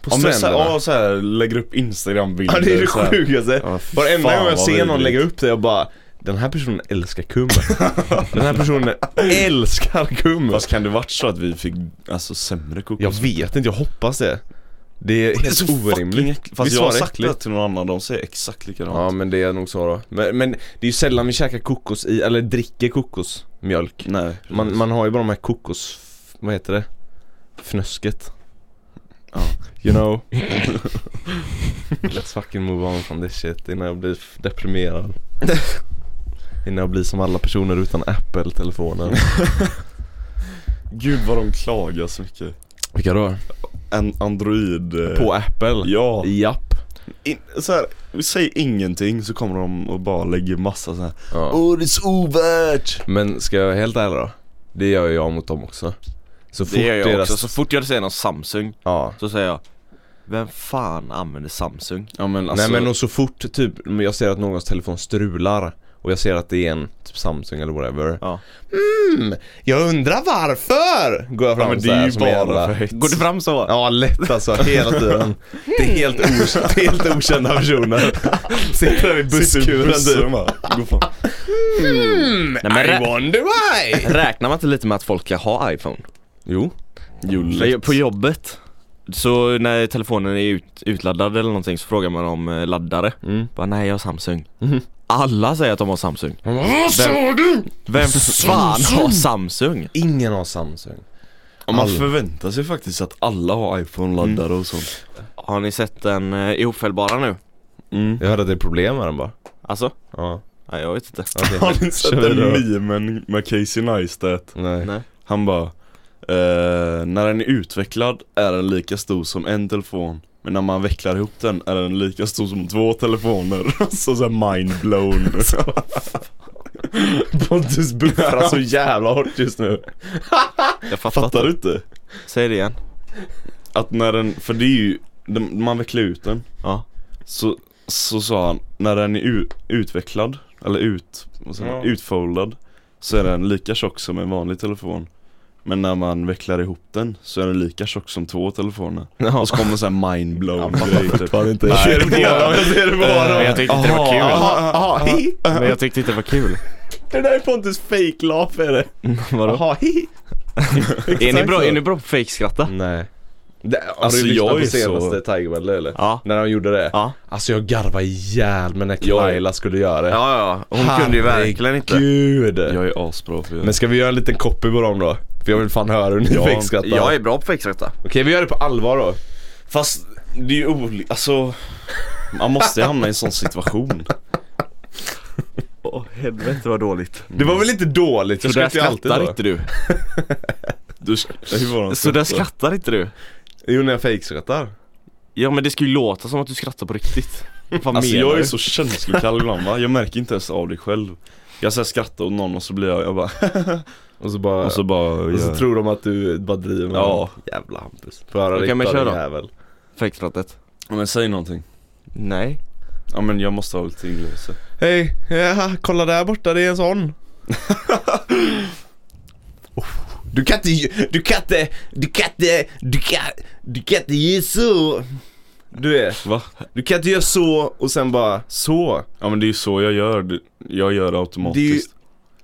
A: På
B: Ja men
A: stränderna.
B: såhär, ja, såhär, lägger upp instagrambilder
A: Ja det är det
B: så här.
A: sjukaste.
B: Ja, fy
A: Varenda
B: fan,
A: gång jag
B: vad
A: ser någon
B: vidrigt.
A: lägga upp det jag bara Den här personen älskar kum. Den här personen älskar kum.
B: Fast kan det varit så att vi fick alltså sämre kokos?
A: Jag vet inte, jag hoppas det. Det är
B: det är så
A: helt
B: fucking
A: orimligt.
B: äckligt Fast
A: Visst
B: jag
A: var
B: har
A: det
B: sagt det
A: äckligt?
B: till någon annan, de säger exakt likadant
A: Ja men det är nog så då. Men, men det är ju sällan vi käkar kokos i, eller dricker kokosmjölk.
B: Nej precis.
A: Man, man har ju bara de här kokos... Vad heter det? Fnösket.
B: Ja.
A: You know. Let's fucking move on from this shit innan jag blir f- deprimerad. Innan jag blir som alla personer utan Apple-telefoner.
B: Gud vad de klagar så mycket
A: Vilka då?
B: En android eh,
A: På Apple?
B: Ja,
A: Japp.
B: in, så här, vi säger ingenting så kommer de och bara lägger massa såhär
A: Ja.
B: Åh det är så ovärt!
A: Men ska jag vara helt ärlig då? Det gör jag mot dem också. Så fort
C: Det gör jag
A: deras...
C: också, så fort jag ser någon Samsung
A: Ja.
C: så säger jag Vem fan använder Samsung?
B: Ja men alltså,
A: Nej men och så fort typ jag ser att någons telefon strular och jag ser att det är en typ Samsung eller whatever.
C: Ja.
A: Mm, jag undrar varför! Går jag fram
B: ja, men det
A: så här
B: är ju
A: som
B: bara
A: en jävla-
B: för hets
C: Går det fram så?
A: Ja lätt alltså, hela tiden. <laughs> Hmm. Det är helt, okänd, helt okända <laughs> personer. Sitter där i busskuren typ.
B: Gå fram
A: Mm,
C: Nej, men rä-
A: wonder why!
C: Räknar man inte lite med att folk ska ha iPhone?
A: Jo.
B: Julle
C: På jobbet Så när telefonen är ut, utladdad eller någonting så frågar man om eh, laddare
A: Mm.
C: Bara nej jag har Samsung Alla säger att de har Samsung
A: Vad sa du?
C: <laughs> Vem fan har Samsung?
A: Ingen har Samsung.
B: Ja, man
A: Alla.
B: förväntar sig faktiskt att alla har iPhone-laddare och sånt
C: Har ni sett den eh, ihopfällbara nu?
B: Mm.
A: Jag hörde att det är problem med den bara.
C: Alltså?
A: Ja.
C: Nej jag vet inte
A: okej.
B: <laughs> Har ni
A: Kör
B: sett
A: vi
B: den
A: då.
B: memen med Casey Neistat?
A: Nej.
C: Nej.
B: Han bara eh, När den är utvecklad är den lika stor som en telefon Men när man vecklar ihop den är den lika stor som två telefoner <laughs> Så såhär mindblown <laughs>
A: Pontus buffrar så jävla hårt just nu.
C: Jag fattar
B: Fattar
C: inte
B: du inte?
C: Säg det igen
B: att när den, för det är ju, den, man vecklar ut den
C: Ja.
B: Så, så sa han, när den är u- utvecklad, eller ut, vad säger man,
A: Ja.
B: utfoldad Så är den lika tjock som en vanlig telefon Men när man vecklar ihop den så är den lika tjock som två telefoner
C: Ja.
B: Och så kommer såhär mindblown grej typ
A: Fan inte.
B: Jag ser det på honom, jag ser det på
D: Men jag
B: honom
D: tyckte inte det var kul.
A: aha, hi.
D: Men jag tyckte inte det var kul.
A: Det där är Pontus fejklapp är <laughs> det.
C: Vadå?
A: Aha, hi.
C: Är ni, bra, är ni bra på fejkskratta?
A: Nej. Det, har
B: Alltså,
A: du lyssnat
B: jag
A: på
B: är
A: senaste
B: så-
A: Tiger Belly eller?
C: Ja.
A: När han gjorde det?
C: Ja.
A: Alltså jag garvade ihjäl mig när
B: Jag-
A: Laila skulle göra det.
C: Ja, ja, ja. Hon kunde ju verkligen inte.
A: Gud.
B: Jag är asbra för
A: Men ska vi göra en liten copy på dem då? För jag vill fan höra hur ni
B: Ja.
A: fejkskrattar.
C: Jag är bra på fejkskrattar.
A: Okej vi gör det på allvar då.
B: Fast det är ju olika, alltså Man måste ju hamna i en sån situation
C: Åh helvete vad dåligt.
A: Det var väl inte dåligt?
C: Så där skrattar inte du.
B: du, sk- hur var den
C: Så där
B: skratta?
C: skrattar inte du.
A: Jo när jag fejkskrattar.
C: Ja men det ska ju låta som att du skrattar på riktigt. Vad
B: Alltså
C: menar
B: jag är
C: du?
B: så känslokall ibland va, jag märker inte ens av det själv Jag såhär skrattar åt någon och så blir jag, jag bara
A: Och så bara...
B: Och så bara
A: och så
B: jag-
A: tror de att du bara driver med
B: Ja.
A: dem. Jävla Hampus. Får höra
C: Okej,
A: ditt
C: men kör då.
A: jävel.
C: Fejkskrattet?
B: ja, men säg någonting
C: Nej.
B: Ja men jag måste ha lite inlevelse
A: Hej, ja, kolla där borta, det är en <laughs> sån. Oh, du kan inte, du kan inte, du kan inte, du kan, du kan inte ge så. Du vet,
B: Va?
A: du kan inte göra så och sen bara så.
B: Ja men det är ju så jag gör, det- jag gör
A: Det är
B: det
A: ju,
B: automatiskt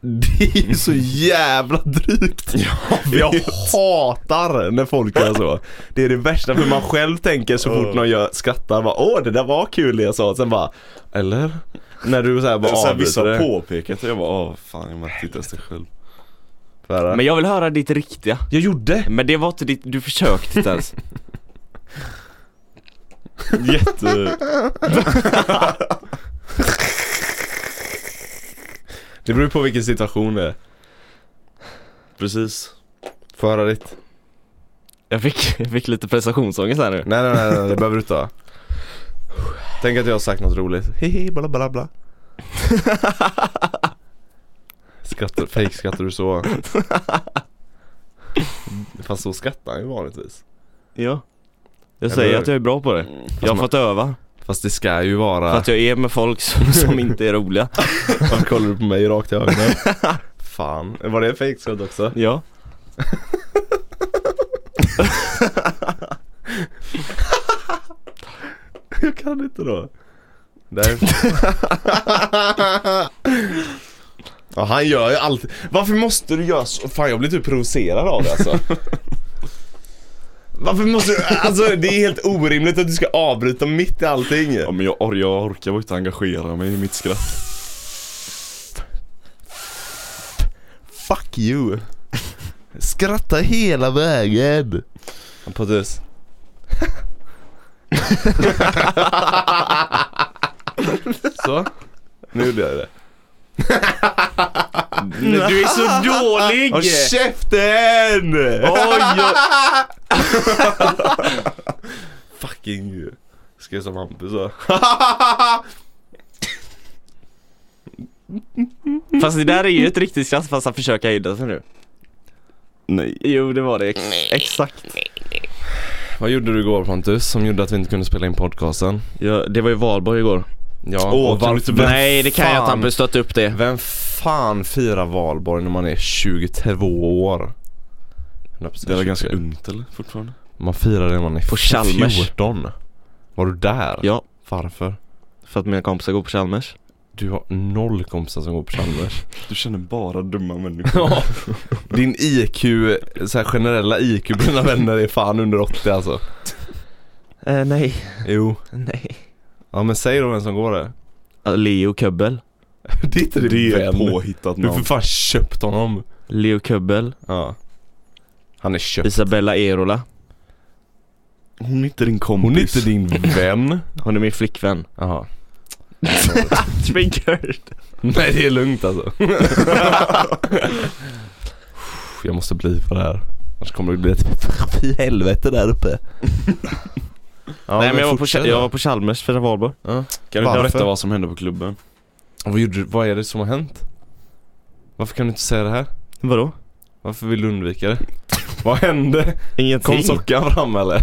A: det är ju så jävla drygt. <laughs> Jag hatar när folk gör så. Det är det värsta för man själv tänker så fort någon gör, skrattar bara åh det där var kul det jag sa. Sen bara, eller? När du såhär bara
B: Så här,
A: avbryter
B: vissa har
A: det.
B: påpekat och jag bara åh fan jag märkte inte ens det själv
A: Färre.
C: Men jag vill höra ditt riktiga.
A: Jag gjorde!
C: Men det var inte ditt, du försökte inte ens.
B: Jätte...
A: Det beror på vilken situation det är.
B: Precis
A: Få höra ditt.
C: Jag fick, <laughs> jag fick lite prestationsångest här nu.
A: Nej nej nej, nej det behöver du inte ha. Tänk att jag har sagt något roligt. Hehe bla bla bla. Skrattar, fake skrattar du så? Fast så skrattar han ju vanligtvis.
C: Ja. Jag
A: Eller
C: säger
A: hur?
C: att jag är bra på det. Jag har
A: man-
C: fått öva.
A: Fast det ska ju
C: För
A: vara...
C: att jag är med folk som, <laughs> som inte är roliga.
A: Varför kollar du på mig rakt i ögonen? Fan, var det fake skratt också?
C: Ja.
A: <laughs> Jag kan inte då. Nej. <laughs> ja, han gör ju alltid. Varför måste du göra så? Fan jag blir typ provocerad av det alltså. Varför måste du? Alltså det är helt orimligt att du ska avbryta mitt i allting.
B: Ja men jag, or- jag orkar bara inte engagera mig i mitt skratt
A: Fuck you. Skratta hela vägen. Pontus. så. Nu gjorde jag det.
C: Du är så <laughs> dålig!
A: Håll käften! Fucking Ska jag som Hampus va?
C: Fast det där är ju ett riktigt skratt fast han försöker hejda sig nu.
B: Nej
C: Jo det var det, Ex- exakt.
A: Vad gjorde du igår Pontus som gjorde att vi inte kunde spela in podcasten?
C: Ja, det var ju valborg igår.
A: Ja,
B: Åh,
A: och varför,
B: kan
A: vem,
C: Nej det kan jag inte,
A: fan-
C: Hampus stötta upp det.
A: vem fan firar valborg när man är 22 år?
B: Det var ganska ungt eller fortfarande?
A: Man firar det när man är
C: På Chalmers.
A: 14 Var du där?
C: Ja,
A: Varför?
C: för att mina kompisar går på Chalmers.
A: Du har noll kompisar som går på Chalmers
B: Du känner bara dumma människor
A: Ja. Din IQ, så här generella IQ på dina vänner är fan under 80 alltså
C: Eh, nej,
A: Jo
C: nej.
A: Ja men säg då vem som går det
C: Ja, Leo Köbbel.
A: <laughs> Det är inte
B: Det är påhittat
A: Du har för
B: namn
A: fan köpt honom
C: Leo Köbbel.
A: Ja Han är köpt
C: Isabella Erola.
B: Hon är inte din kompis
A: Hon är inte din vän
C: Hon är min flickvän.
A: Jaha
C: Triggered.
A: <laughs> Nej det är lugnt alltså <laughs> Jag måste bli på det här Annars kommer det bli ett <laughs> fy helvete där uppe ja,
C: nej men jag var, på,
A: fortsätt
C: Chal-
A: då.
C: jag var på Chalmers för valborg.
A: ja.
B: Kan du
A: Varför?
B: berätta vad som hände på klubben?
A: Och vad, gjorde, du- vad är det som har hänt? Varför kan du inte säga det här?
C: Vadå?
A: <laughs> Varför vill du undvika det? Vad hände? Kom
C: Ingenting.
A: sockan fram <laughs> eller?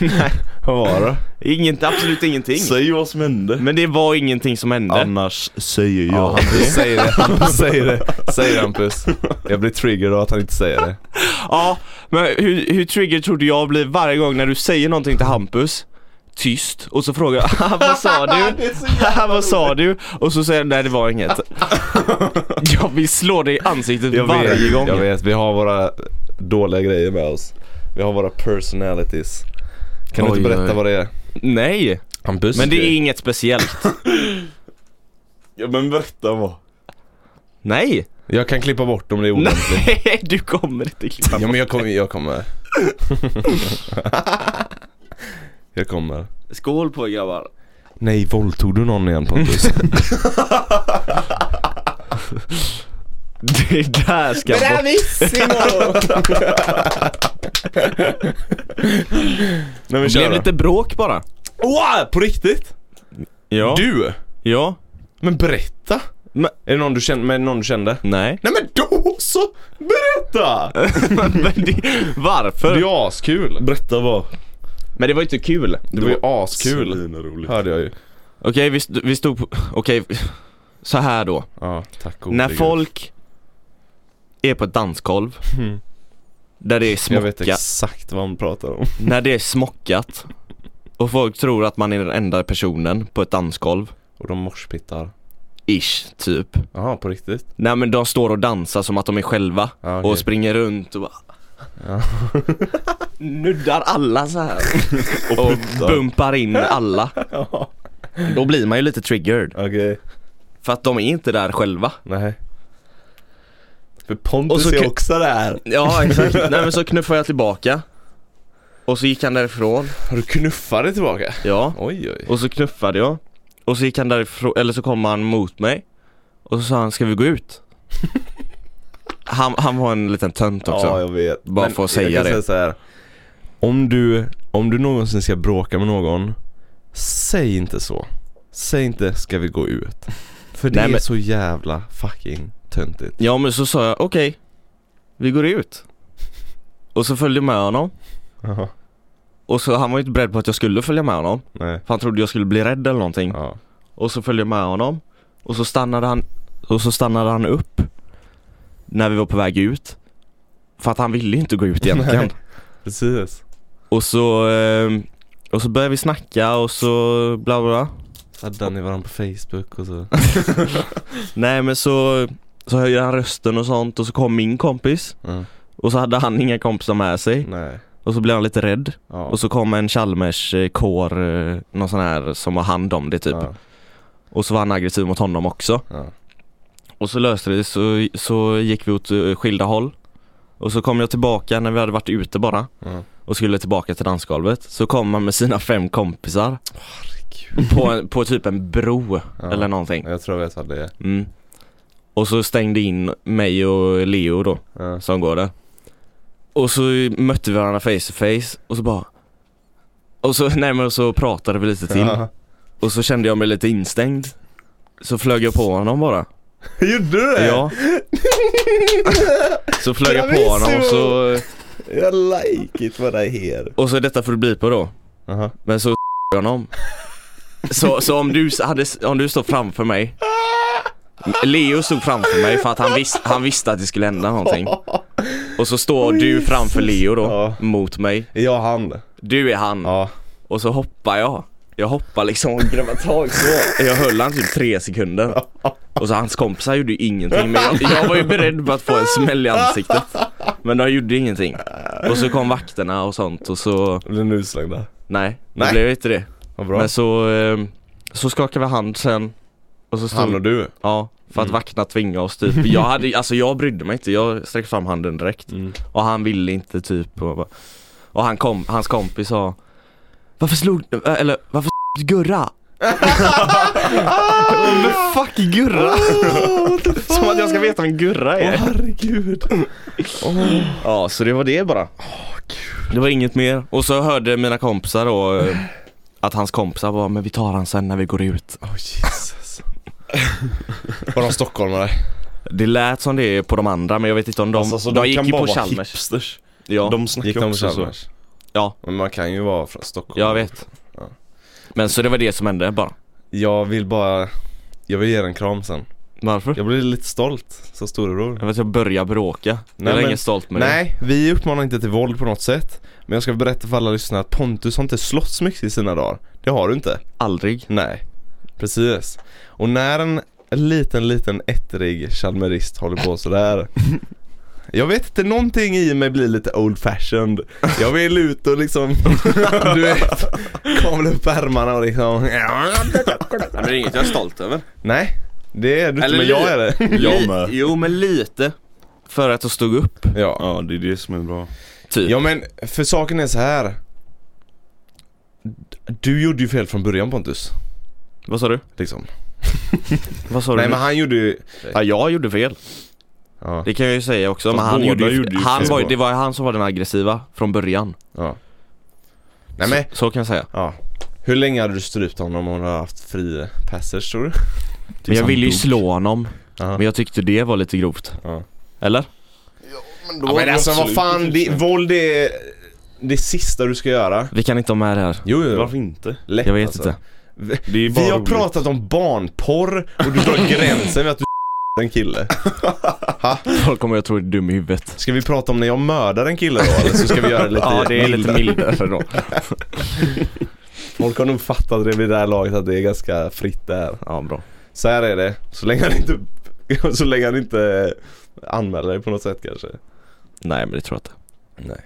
C: Nej,
A: Vad var det?
C: inget, absolut ingenting.
B: Säg vad som hände.
C: Men det var ingenting som hände.
B: Annars säger jag.
A: Ja, Hampus säger <laughs> det. Hampus säger det. Säg det Hampus. Jag blir triggered av att han inte säger det.
C: Ja, men hur, hur trigger tror du jag blir varje gång när du säger någonting till Hampus? Tyst, och så frågar jag <laughs> "Ah, vad sa du? <laughs> "Ah, vad sa du? Och så säger han nej det var inget. jag vill slå dig i ansiktet
A: Jag
C: varje
A: vet,
C: gång.
A: jag vet. Vi har våra dåliga grejer med oss. Vi har våra personalities. Kan du
C: Oj,
A: inte berätta
C: oj.
A: vad det är?
C: Nej,
A: Hampus?
C: men det är inget speciellt.
B: Ja men berätta vad.
C: Nej,
A: Jag kan klippa bort om det är <laughs> olämpligt.
C: <laughs> nej du kommer inte klippa.
A: Ja men jag kommer, jag kommer. <laughs> jag kommer.
C: Skål på er, grabbar.
A: Nej, våldtog du någon igen <laughs> Pontus?
C: Det där ska bort.
A: Bravissimo! Nej men
C: Det
A: kör
C: blev
A: då.
C: lite bråk bara.
A: <laughs> Wow, på riktigt?
C: Ja.
A: Du?
C: Ja.
A: Men berätta!
C: Men-
A: Är det någon du kände? Med någon du kände?
C: Nej.
A: Nej men då så! Berätta!
C: <laughs> men det,
A: Det är
C: varför?
A: ju askul.
B: Berätta vad.
C: Men det var ju inte kul.
A: Det var ju askul.
B: Svinroligt.
A: Hörde jag ju.
C: Okej, vi, st- vi stod på, okej, så här då.
A: Ja, tack gode
C: När
A: gud.
C: folk är på ett dansgolv,
A: Mm.
C: där det är
A: Jag vet
C: smockat,
A: exakt vad han pratar om.
C: när det är smockat och folk tror att man är den enda personen på ett dansgolv,
A: Och de morspittar.
C: ish, typ.
A: Jaha, på riktigt?
C: Nej men de står och dansar som att de är själva
A: Ja, okej.
C: och springer runt och bara
A: Ja.
C: <laughs> Nuddar alla
A: <laughs>
C: så här
B: Och,
C: och
B: puttar.
C: bumpar in alla.
A: Ja.
C: Då blir man ju lite triggered,
A: Okej.
C: för att de är inte där själva.
A: Nej. För
C: Och
A: Pontus
C: så
A: är
C: kan-
A: också där.
C: Ja exakt, nej men så knuffade jag tillbaka Och så gick han därifrån,
A: Har du knuffade tillbaka?
C: ja
A: Oj oj.
C: Och så knuffade jag Och så gick han därifrån, eller så kom han mot mig Och så sa han, ska vi gå <laughs> ut? Han, han var en liten tönt också
A: Ja jag vet.
C: Bara för att säga
A: jag kan Säga
C: det.
A: så här. Om, du, om du någonsin ska bråka med någon, säg inte så. Säg inte 'ska vi gå ut' För det
C: Nej,
A: är
C: men-
A: så jävla fucking töntigt.
C: Ja men så sa jag, okej Vi går ut Och så följde jag med honom
A: Jaha.
C: Och så han var ju inte beredd på att jag skulle följa med honom
A: Nej.
C: För han trodde jag skulle bli rädd eller någonting
A: Ja.
C: Och så följde jag med honom Och så stannade han Och så stannade han upp När vi var på väg ut För att han ville ju inte gå ut egentligen
A: Nej. Precis.
C: Och så ehm, Och så började vi snacka och så bla bla, bla
A: Addade ni varandra på Facebook och så.
C: Nej men så Så höjde han rösten och sånt och så kom min kompis
A: Mm.
C: Och så hade han inga kompisar med sig
A: Nej.
C: Och så blev han lite rädd
A: Ja.
C: Och så kom en Chalmers eh, kår eh, Någon sån här som har hand om det typ
A: Ja.
C: Och så var han aggressiv mot honom också
A: Ja.
C: Och så löste det så, så gick vi åt eh, skilda håll Och så kom jag tillbaka när vi hade varit ute bara
A: Ja.
C: Och skulle tillbaka till dansgolvet Så kom han med sina fem kompisar på, en, på typ en bro
A: Ja.
C: eller någonting
A: Jag tror jag vet vad det är.
C: mm. Och så stängde in mig och Leo då
A: Ja.
C: som går där Och så mötte vi varandra face to face och så bara Och så, <laughs> nej men så pratade vi lite till
A: Ja. <laughs>
C: Och så kände jag mig lite instängd Så flög jag på honom bara
A: Gjorde du det?
C: Ja Så flög jag på honom och så,
A: Jag like it what I hear.
C: och så detta får du bli på då
A: Jaha.
C: Men så <laughs> jag honom Så, så om, du hade, om du stod framför mig Leo stod framför mig för att han, vis, han visste att det skulle hända någonting Och så står du framför Leo då,
A: Ja.
C: mot mig
A: Är jag han?
C: Du är han,
A: Ja.
C: och så hoppar jag Jag hoppar liksom och grabbar tag så <laughs> Jag höll han typ
A: <laughs>
C: tre sekunder Och så hans kompisar gjorde ju ingenting men jag, jag var ju beredd på att få en smäll i ansiktet Men de gjorde ingenting Och så kom vakterna och sånt och så,
A: Blev ni utslängda?
C: nej, det
A: Nej.
C: blev inte det
A: Vad bra.
C: men så, eh, så skakade vi hand sen och så stod,
A: Han och du?
C: ja, för att vakterna tvingade oss typ Jag hade, alltså jag brydde mig inte, jag sträckte fram handen direkt Och han ville inte typ och, bara- och han kom, hans kompis sa Varför slog, eh, eller varför s- Gurra? <laughs> Men fuck Gurra? Som att jag ska veta vem Gurra
A: Åh
C: är
A: herregud. Åh.
C: Ja så det var det bara Det var inget mer, och så hörde mina kompisar då eh, Att hans kompisar var, men vi tar han sen när vi går ut
A: Oh Jesus. Var de stockholmare?
C: Det lät som det är på de andra men jag vet inte om de,
B: Alltså, så
C: de, gick
B: kan
C: ju
B: bara
C: på
B: vara
C: Chalmers
B: hipsters.
C: Ja,
B: De snackar
A: Gick de
B: också alltså. så.
A: Chalmers?
C: Ja.
A: Men man kan ju vara från Stockholm
C: jag vet.
A: Ja.
C: Men så det var det som hände bara.
A: Jag vill bara Jag vill ge er en kram sen
C: Varför?
A: Jag blir lite stolt som storebror
C: Jag vet att jag börjar bråka.
A: Nej,
C: jag är
A: men-
C: ingen stolt med
A: Nej, vi uppmanar inte till våld på något sätt Men jag ska berätta för alla lyssnare att Pontus har inte slåss mycket i sina dagar Det har du inte
C: det. Aldrig.
A: Nej, precis. Och när en liten, liten ettrig chalmerist håller på <laughs> sådär Jag vet inte, någonting i mig blir lite old fashioned Jag vill ut och liksom, <laughs> du <laughs> vet, kavla upp ärmarna och liksom <laughs>
C: Men det är inget jag är stolt över.
A: Nej, det är du inte
C: Eller
A: men <laughs> jag är det
B: Jag med.
C: Jo men lite. För att jag stod upp,
A: <laughs> Ja,
B: Ja, det är det som är bra.
C: typ.
A: ja men för saken är så här Du gjorde ju fel från början Pontus,
C: Vad sa du?
A: liksom
C: Vad sa
A: Nej
C: du? nu?
A: men han gjorde ju,
C: Ja, jag gjorde fel.
A: ja,
C: Det kan jag ju säga också. Men
B: Fast
C: han
B: båda
C: gjorde ju,
B: gjorde ju
C: han
B: fel.
C: var, ju- det var han som var den aggressiva från början.
A: ja Nej men
C: så, så kan jag säga.
A: Ja. Hur länge hade du strypt honom om du hade haft fri passage tror du?
C: Men jag
B: han
C: ville ju
B: dog.
C: slå honom.
A: Ja.
C: Men jag tyckte det var lite grovt.
A: Ja.
C: Eller?
B: Men,
A: Ja, men alltså vad fan, det, våld är det sista du ska göra.
C: Vi kan inte ha med det här.
A: Jo, jo.
B: Varför inte?
A: Lätt,
C: Jag vet
A: alltså.
C: inte.
B: Det är bara
A: Vi har
B: roligt.
A: pratat om barnporr och du drar gränsen vid att du <laughs> en kille.
C: Folk kommer jag tro är dum i huvudet.
A: Ska vi prata om när jag mördar en kille då eller så ska vi göra det lite
C: <laughs> ja, det är lite
A: <laughs> mildare?
C: mildare då.
A: Folk har nog fattat det vid det här laget att det är ganska fritt där.
C: Ja, bra.
A: Så här är det, så länge han inte, <laughs> så länge han inte anmäler dig på något sätt kanske.
C: Nej, men det tror jag inte.
A: Nej.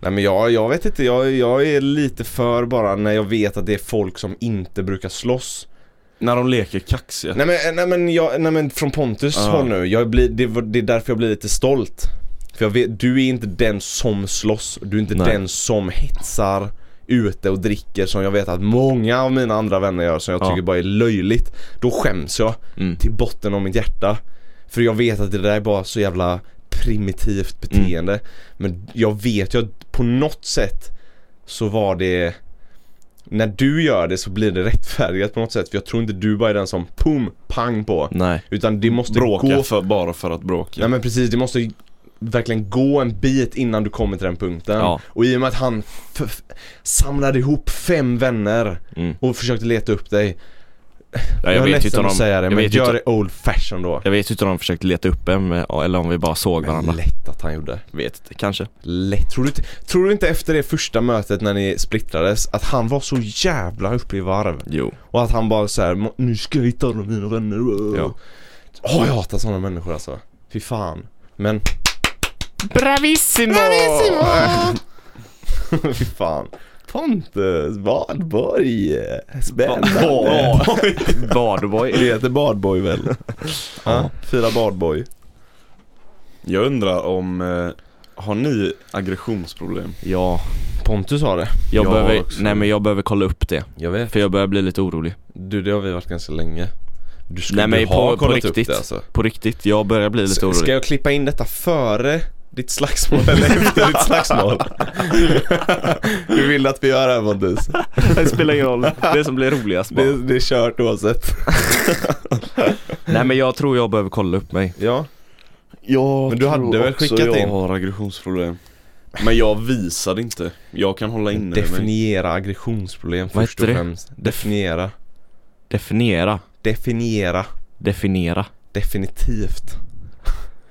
A: Nej men jag, jag vet inte, jag, jag är lite för bara när jag vet att det är folk som inte brukar slåss.
B: När de leker kaxiga.
A: Nej men, nej, men, jag, nej, men från Pontus
B: Ja.
A: håll nu, jag blir, det, var- det är därför jag blir lite stolt. För jag vet, du är inte den som slåss, du är inte
C: Nej.
A: den som hetsar ute och dricker som jag vet att många av mina andra vänner gör som jag
C: Ja.
A: tycker bara är löjligt. Då skäms jag
C: Mm.
A: till botten av mitt hjärta. För jag vet att det där är bara så jävla primitivt beteende.
C: Mm.
A: Men jag vet ju att på något sätt så var det när du gör det så blir det rättfärdigat på något sätt för jag tror inte du bara är den som pum, pang på
C: Nej.
A: Utan det måste
B: Bråka
A: gå
B: för, bara för att bråka.
A: Nej men precis, det måste ju verkligen gå en bit innan du kommer till den punkten
C: Ja.
A: Och i och med att han f- f- samlade ihop fem vänner
C: Mm.
A: och försökte leta upp dig
C: Ja,
A: Jag,
C: jag,
A: är
C: vet ju inte
A: ledsen
C: om
A: att
C: de,
A: säga det
C: jag
A: men
C: vet ju
A: gör
C: inte,
A: det old fashion då
C: jag vet ju inte om de försökte leta upp en eh, eller om vi bara såg varandra.
A: Men lätt att han gjorde
C: Vet inte, kanske.
A: Lätt. Tror du, inte, tror du inte efter det första mötet när ni splittrades att han var så jävla uppe i varv?
C: Jo.
A: Och att han bara så här, nu ska jag hitta alla mina vänner.
B: Ja.
A: Åh jag hatar sådana människor alltså. Fy fan. Men,
C: Bravissimo!
A: <laughs> fy fan. Pontus, badboy. Spännande.
B: Badboy.
C: Badboy.
A: <laughs> Det heter badboy väl? ja, fira badboy.
B: Jag undrar om, eh, har ni aggressionsproblem?
C: Ja,
A: Pontus har det.
C: jag,
B: Jag också.
C: behöver, nej, men jag behöver kolla upp det.
A: Jag vet.
C: För jag börjar bli lite orolig.
A: Du, det har vi varit ganska länge. Du skulle
C: Nej, men
A: ju
C: på-
A: ha
C: på
A: kollat upp
C: riktigt.
A: det alltså.
C: På riktigt, jag börjar bli lite
A: S-
C: orolig.
A: Ska jag klippa in detta före ditt slagsmål eller efter ditt slagsmål? Hur vill du att <laughs> vi gör det här Pontus?
C: <laughs> Det spelar ingen roll. <laughs> Det som blir roligast
A: Det, är- det är kört <laughs> oavsett.
C: Nej men jag tror jag behöver kolla upp mig.
A: Ja.
B: Jag
A: Men du hade
B: tror
A: väl
B: också
A: skickat
B: jag
A: in?
B: har aggressionsproblem Men jag visade inte, jag kan hålla inne mig
A: Definiera aggressionsproblem
C: Vad
A: först
C: heter
A: och
C: det?
A: främst. Definiera.
C: Definiera.
A: Definiera.
C: Definiera.
A: Definitivt.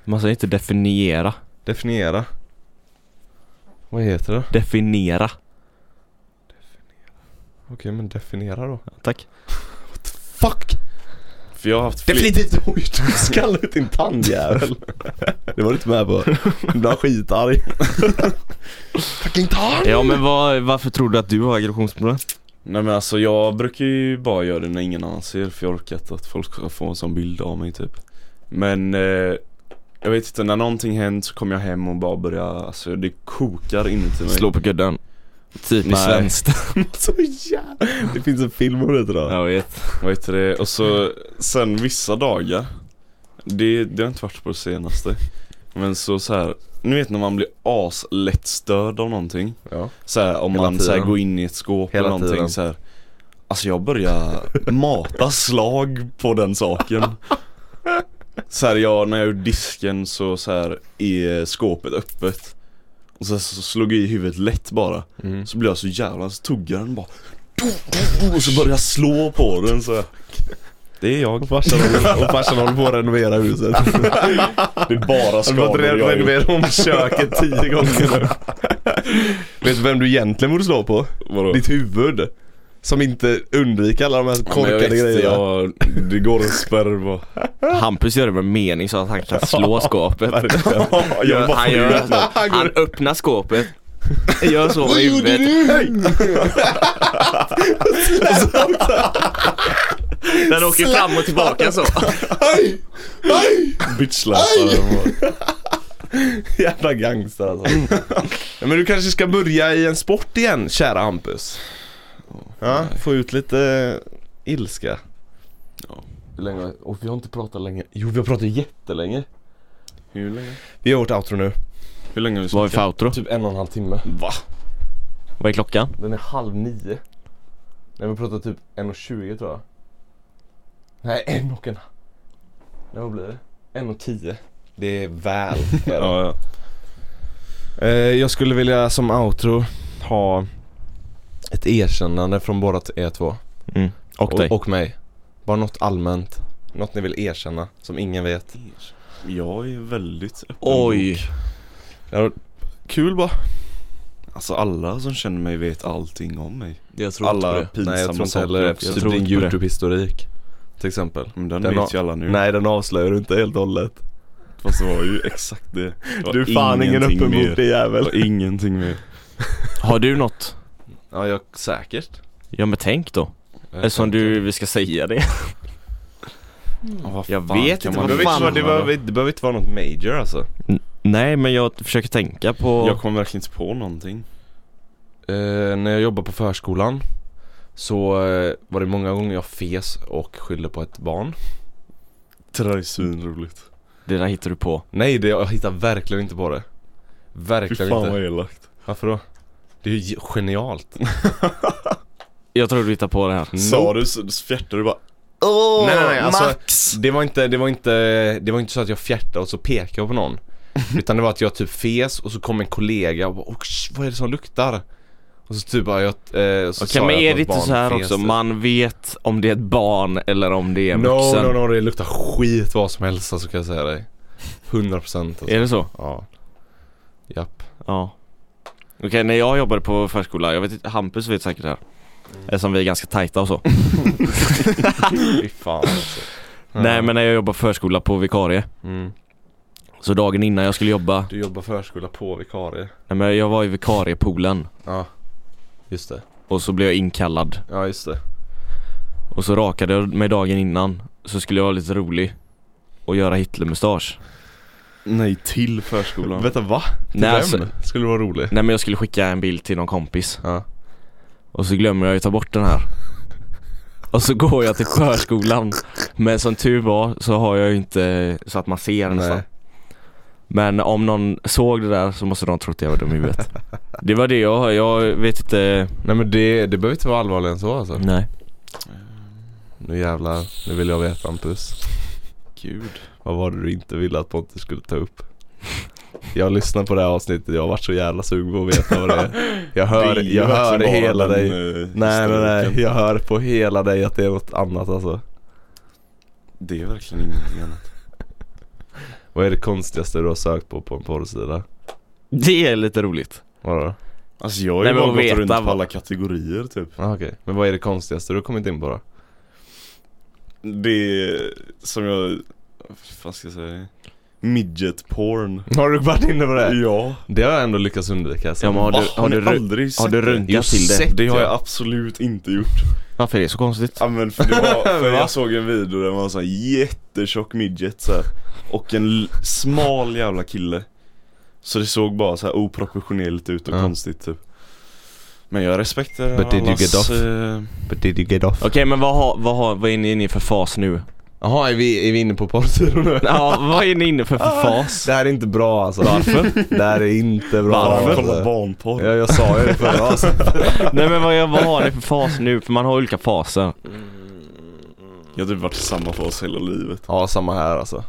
C: Man säger inte definiera.
A: Definiera. Vad heter det?
C: Definiera.
A: Okej men definiera då.
C: Tack.
A: Fuck!
B: För jag har haft fler
A: Definitivt! <laughs> Oj, du skallade ut din
C: <laughs>
A: tandjävel. Det var du inte med på. Du var skitarg. Fucking tand!
C: Ja men vad, varför tror du att du har aggressionsproblem?
B: Nej men alltså jag brukar ju bara göra det när ingen annan ser för jag orkar inte att folk ska få en sån bild av mig typ Men eh, jag vet inte, när någonting hänt så kommer jag hem och bara börjar, alltså det kokar inuti mig
C: Slå på kudden. Typiskt
B: Nej.
C: svenskt.
A: Så jävla... Det finns en film om det tror <laughs> jag.
C: Jag vet.
B: Vad heter det? Och så sen vissa dagar Det, det har inte varit på det senaste Men så så här. Ni vet när man blir aslätt störd av någonting
A: Ja.
B: så här, om
A: Hela
B: man så här,
A: tiden.
B: går in i ett skåp
A: Hela
B: eller någonting
A: tiden.
B: så här. Alltså jag börjar mata slag på den saken så här, jag, när jag gjorde disken så, så här, är skåpet öppet Och sen så slog jag i huvudet lätt bara
A: Mm.
B: Så blev jag så jävla, så tog jag den bara Och så började jag slå på den så här.
A: Det är jag. Och farsan <laughs> håller, och farsan håller på att renovera huset.
B: Det är
A: Han
B: bara
A: har fått
B: skador
A: re-
B: jag har gjort.
A: renovera om köket tio gånger nu. <laughs> Vet du vem du egentligen borde slå på?
B: Vadå?
A: Ditt huvud. Som inte undviker alla de här
C: Ja, men jag
A: korkade
C: visste,
A: grejerna.
B: Ja, det går en spärr bara
C: <laughs> Hampus gör det med mening så att han kan slå skåpet.
B: <laughs> Jag
C: Gör,
B: bara-
C: han, gör,
A: Han går-
C: han öppnar skåpet, gör så med huvudet. Den åker fram och tillbaka så.
B: Bitch-slappar
A: <laughs> Jävla gangster alltså. <laughs> ja, men du kanske ska börja i en sport igen, kära Hampus. Ja, få ut lite ilska.
B: Ja.
A: Hur länge? Och vi har inte pratat länge. Jo, vi har pratat jättelänge.
B: Hur länge?
A: Vi har gjort outro nu.
B: Hur länge har vi
C: Vad är
B: snackat?
C: för outro?
A: Typ en och en halv timme.
B: Va?
C: Vad är klockan?
A: Den är halv nio. Nej, vi pratar typ en och tjugo tror jag. Nej, en och en Nej, vad blir det? En och tio. Det är <laughs> väl.
B: Ja, ja.
A: Eh, jag skulle vilja som outro ha ett erkännande från båda t- er två.
C: Mm. Och dig.
A: och, mig. Bara något allmänt. Något ni vill erkänna som ingen vet.
B: Jag är väldigt öppen
C: Oj.
A: Kul bara.
B: Alltså alla som känner mig vet allting om mig
C: Jag tror inte på
B: Alla
C: det.
B: pinsamma
A: Nej jag tror inte
B: saker
A: heller
B: också.
C: Jag
A: Typ
C: tror
A: din
C: inte på det. Mm.
A: YouTube-historik. Till exempel.
B: Men den,
A: Den har-
B: vet ju alla nu
A: Nej den avslöjar du inte helt och hållet.
B: Fast det var ju
A: <laughs>
B: exakt det Det var
A: Du är fan ingen
B: ingenting mer.
A: öppenmodig
B: Det
A: jävel. <laughs>
B: var ingenting mer
C: Har du något?
A: Ja jag, säkert.
C: Ja men tänk då. Eftersom du, vi ska säga det. Jag vet inte
A: Det
C: vad
A: behöver,
C: fan
A: inte, vara- det,
C: man-
A: behöver, det behöver inte vara något major alltså.
C: <laughs> Nej men jag försöker tänka på...
B: Jag kommer verkligen inte på någonting
A: Eh, när jag jobbade på förskolan så eh, var det många gånger jag fes och skyllde på ett barn.
B: Det där är svinroligt
C: Det där hittar du på.
A: Nej, det, jag hittar verkligen inte på det.
B: Fy
A: Verkligen
B: fan
A: inte.
B: vad elakt
A: Varför då? Det är ju ge- genialt.
C: Jag tror du hittar på det här.
B: Sa du så fjärtade du bara
A: Åh, Mm. nej, nej, nej, alltså,
B: Max!
A: Det var inte, det var inte, det var inte så att jag fjärtade och så pekade jag på
C: <laughs>
A: någon. Utan det var att jag typ fes och så kom en kollega och bara "Åh, sh, vad är det som luktar? Och så typ bara jag, eh, och så
C: Okej
A: sa
C: men
A: jag
C: är
A: att
C: det inte
A: barn
C: så här
A: fes.
C: också, man vet om det är ett barn eller om det är en
A: No,
C: vuxen?
A: no, no, det luktar skit vad som helst så alltså, kan jag säga dig. 100% alltså.
C: Är det så?
A: Ja. Japp.
C: Ja. Okej, när jag jobbade på förskola, jag vet inte, Hampus vet säkert det här. Eftersom vi är ganska tajta och så.
A: Fy fan alltså.
C: Nej men när jag jobbade på förskola på vikarie,
A: Mm.
C: så dagen innan jag skulle jobba,
A: Du jobbar förskola på vikarie.
C: nej men jag var i vikariepoolen
A: Ja. Just det.
C: och så blev jag inkallad.
A: Ja just det.
C: Och så rakade jag mig dagen innan, så skulle jag vara lite rolig och göra Hitlermustasch.
B: Nej till förskolan
A: Vänta va? Till
C: Nej,
A: vem?
C: alltså-
A: Skulle vara rolig?
C: Nej men jag skulle skicka en bild till någon kompis
A: Ja.
C: och så glömmer jag ju ta bort den här. Och så går jag till förskolan. Men som tur var så har jag ju inte så att man ser nästan.
A: Nej.
C: Men om någon såg det där så måste de trott att jag var dum i huvudet. Det var det jag, jag vet inte.
A: Nej men det, det behöver inte vara allvarligare än så alltså.
C: Nej.
A: Nu jävlar, nu vill jag veta Hampus.
B: Gud
A: Vad var det du inte ville att Pontus skulle ta upp? Jag lyssnar på det här avsnittet, jag har varit så jävla sugen på att veta vad det är. Jag hör,
B: <laughs> Det är ju
A: jag hör
B: verkligen bara
A: hela
B: den,
A: dig.
B: eh,
A: Nej nej nej,
B: historiken.
A: jag hör på hela dig att det är något annat alltså.
B: Det är verkligen ingenting annat
A: Vad är det konstigaste du har sökt på på en porrsida?
C: Det är lite roligt.
A: Vadå?
B: Alltså jag har ju
C: Nej, men
B: bara
C: att
B: gått
C: veta
B: runt på
C: vad-
B: alla kategorier typ
A: Ah, okej. Men vad är det konstigaste du har kommit in på då?
B: Det som jag, vad fan ska jag säga? Midget porn
A: <laughs> Har du varit inne på det?
B: Ja,
A: Det har jag ändå lyckats undvika alltså.
C: Ja, men har
B: Va?
C: du, har
B: ni
C: du, ru-
B: aldrig
C: har
B: sett
C: du
B: det?
A: Jo,
C: runkat till det?
A: sett-
B: Det har
A: ja.
B: jag absolut inte gjort
C: Varför är det så konstigt?
B: Ja
A: <laughs>
B: men för det var, för
A: Va?
B: jag såg en video där det var en sån här jättetjock midget så här, Och en l- smal jävla kille Så det såg bara så här oproportionerligt ut och
A: Ja.
B: konstigt typ Men jag respekterar
A: But did you get off?
B: eh,
A: But did you get off?
C: Okej men vad, har, vad, har, vad är ni inne i för fas nu?
A: Jaha, är vi, är vi inne på porrsidor nu?
C: Ja, vad är ni inne för för fas?
A: Det här är inte bra alltså. Varför? Det här är inte bra.
B: Varför?
A: alltså.
B: Kolla barnporr
A: Ja, jag sa ju det förra avsnittet.
C: Nej men vad, vad har ni för fas nu? För man har olika faser.
B: Jag har typ varit i samma fas hela livet
A: Ja, samma här alltså.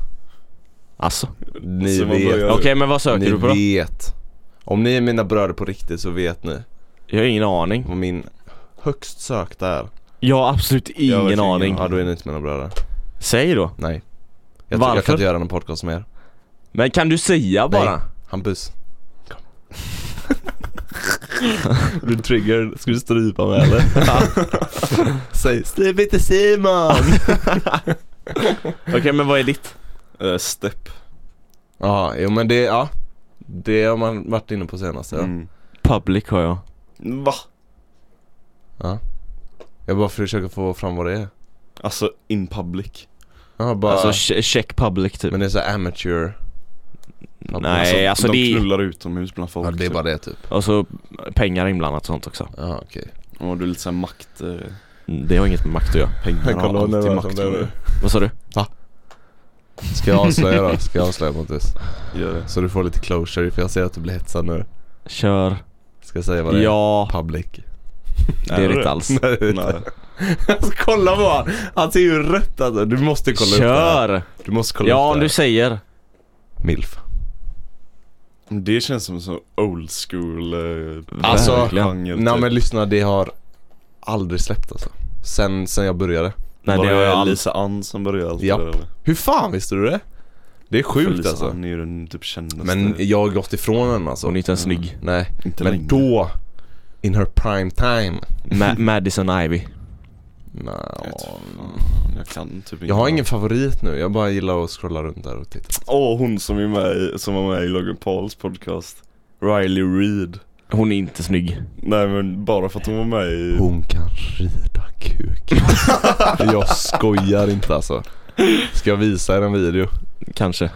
C: Alltså.
A: Ni
B: Så man
A: vet.
B: börjar-
C: Okej men vad söker
A: Ni
C: du på då?
A: vet. Om ni är mina bröder på riktigt så vet ni
C: Jag har ingen aning.
A: vad min högst sökta är.
C: Jag har absolut
B: har
C: ingen
B: verkligen
C: aning.
B: ingen
A: Ja, då är ni inte mina bröder.
C: Säg då.
A: Nej. Jag, tror-
C: Varför?
A: jag kan inte göra någon podcast med er.
C: Men kan du säga bara?
A: Nej. Hampus. du trigger, ska du strypa mig
B: <laughs>
A: eller? Säg stryp inte Simon!
C: Okej men vad är ditt?
B: Eh, step.
A: ja, jo men det, ja. Det har man varit inne på senast ja.
B: Mm.
C: Public har jag.
B: Va?
A: Jag bara försöker få fram vad det är.
B: Alltså in public.
A: Ja, bara,
C: Alltså che- check public typ.
A: men det är så här amateur.
C: Nej alltså,
B: de
C: det är...
B: knullar utomhus bland folk.
A: Ja, det är
B: typ.
A: bara det typ.
C: Och så pengar inblandat och sånt också.
A: Ja, okej.
B: Ja, du är lite såhär makt... Eh,
C: Mm, Det har inget med makt att göra. <laughs>
B: pengar har alltid makt. med
C: Vad sa du?
A: Ska jag avslöja <laughs> då? Ska jag avslöja Pontus?
B: det. Gör det.
A: Så du får lite closure för jag ser att du blir hetsad nu.
C: Kör.
A: Ska jag säga vad det är?
C: Ja,
A: <laughs> Public.
C: det är det inte <laughs> alls.
B: Nej.
A: Alltså, kolla på han. Han ser ju rätt alltså. Du måste kolla upp det här.
C: Kör!
A: Du måste kolla
C: Ja
A: upp
C: om
A: det
C: du
A: här.
C: säger.
A: Milf.
B: Men Det känns som en sån old school eh,
A: Alltså,
C: Verkligen.
B: genre.
A: Nej
B: typ.
A: men lyssna, det har aldrig släppt alltså. Sen, sen jag började.
C: Nej
B: Var
C: det har jag aldrig.
B: Lisa Ann som började allt
A: Japp.
B: det där, eller?
A: Hur fan visste du det? Det är
B: För
A: sjukt
B: Lisa
A: alltså.
B: Ann är ju den typ kändaste.
A: Men jag har gått ifrån henne
C: Hon
A: alltså.
C: är inte ens snygg.
A: Nej.
B: inte
A: Men
B: längre.
A: då, in her prime time.
C: <laughs> Ma- Madison Ivy.
B: Jag, vet
A: Nå.
B: fan, jag kan typ inte.
A: Jag har ingen favorit nu, jag bara gillar att scrolla runt där och titta.
B: Åh hon som är med i, som var med i Logan Pauls podcast Riley Reid
C: Hon är inte snygg.
B: Nej men bara för att hon var med i
A: Hon kan rida kuk. jag skojar inte alltså. Ska jag visa er en video?
C: Kanske.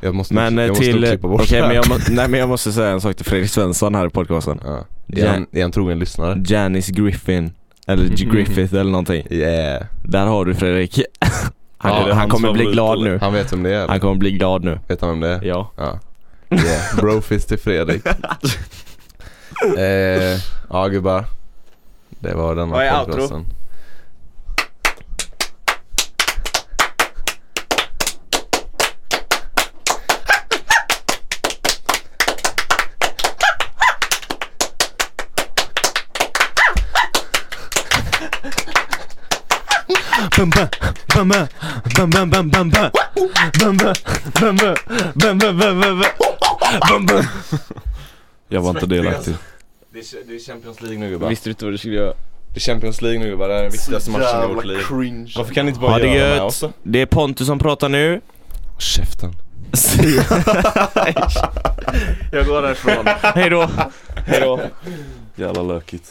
A: Jag måste,
C: Men eh,
A: jag måste
C: till...
A: nog klippa bort
C: Okej
A: det här.
C: men, jag må- nej, men jag måste säga en sak till Fredrik Svensson här i podcasten.
A: Ja. Är, han, är han trogen lyssnare?
C: Janice Griffin. Eller G-
A: Mm.
C: Griffith eller någonting.
A: Yeah.
C: Där har du Fredrik. Han,
B: Ja, det är
C: han
B: hans
C: kommer bli
B: favorit,
C: glad
B: eller?
C: nu.
A: Han vet vem det är?
C: Han kommer bli glad nu.
A: Vet han vem det är?
C: Ja.
A: Ja. Yeah. Brofist till <laughs> Fredrik. eh, ja gubbar. Det var den
C: Vad är
A: här
C: outro?
A: podcasten.
B: Jag var inte delaktig
A: alltså. Det är, Champions League nu gubbar.
C: Visste du inte vad du skulle göra?
A: Det är Champions League nu gubbar. Det är den viktigaste matchen i vårt liv.
B: cringe
A: Varför kan ni inte
C: Ha
A: bara
C: det
A: göra med
C: gött.
A: oss då?
C: Det är Pontus som pratar nu.
A: Käften.
C: Jag går härifrån. <laughs> Hej då. Hej då.
B: Jävla lökigt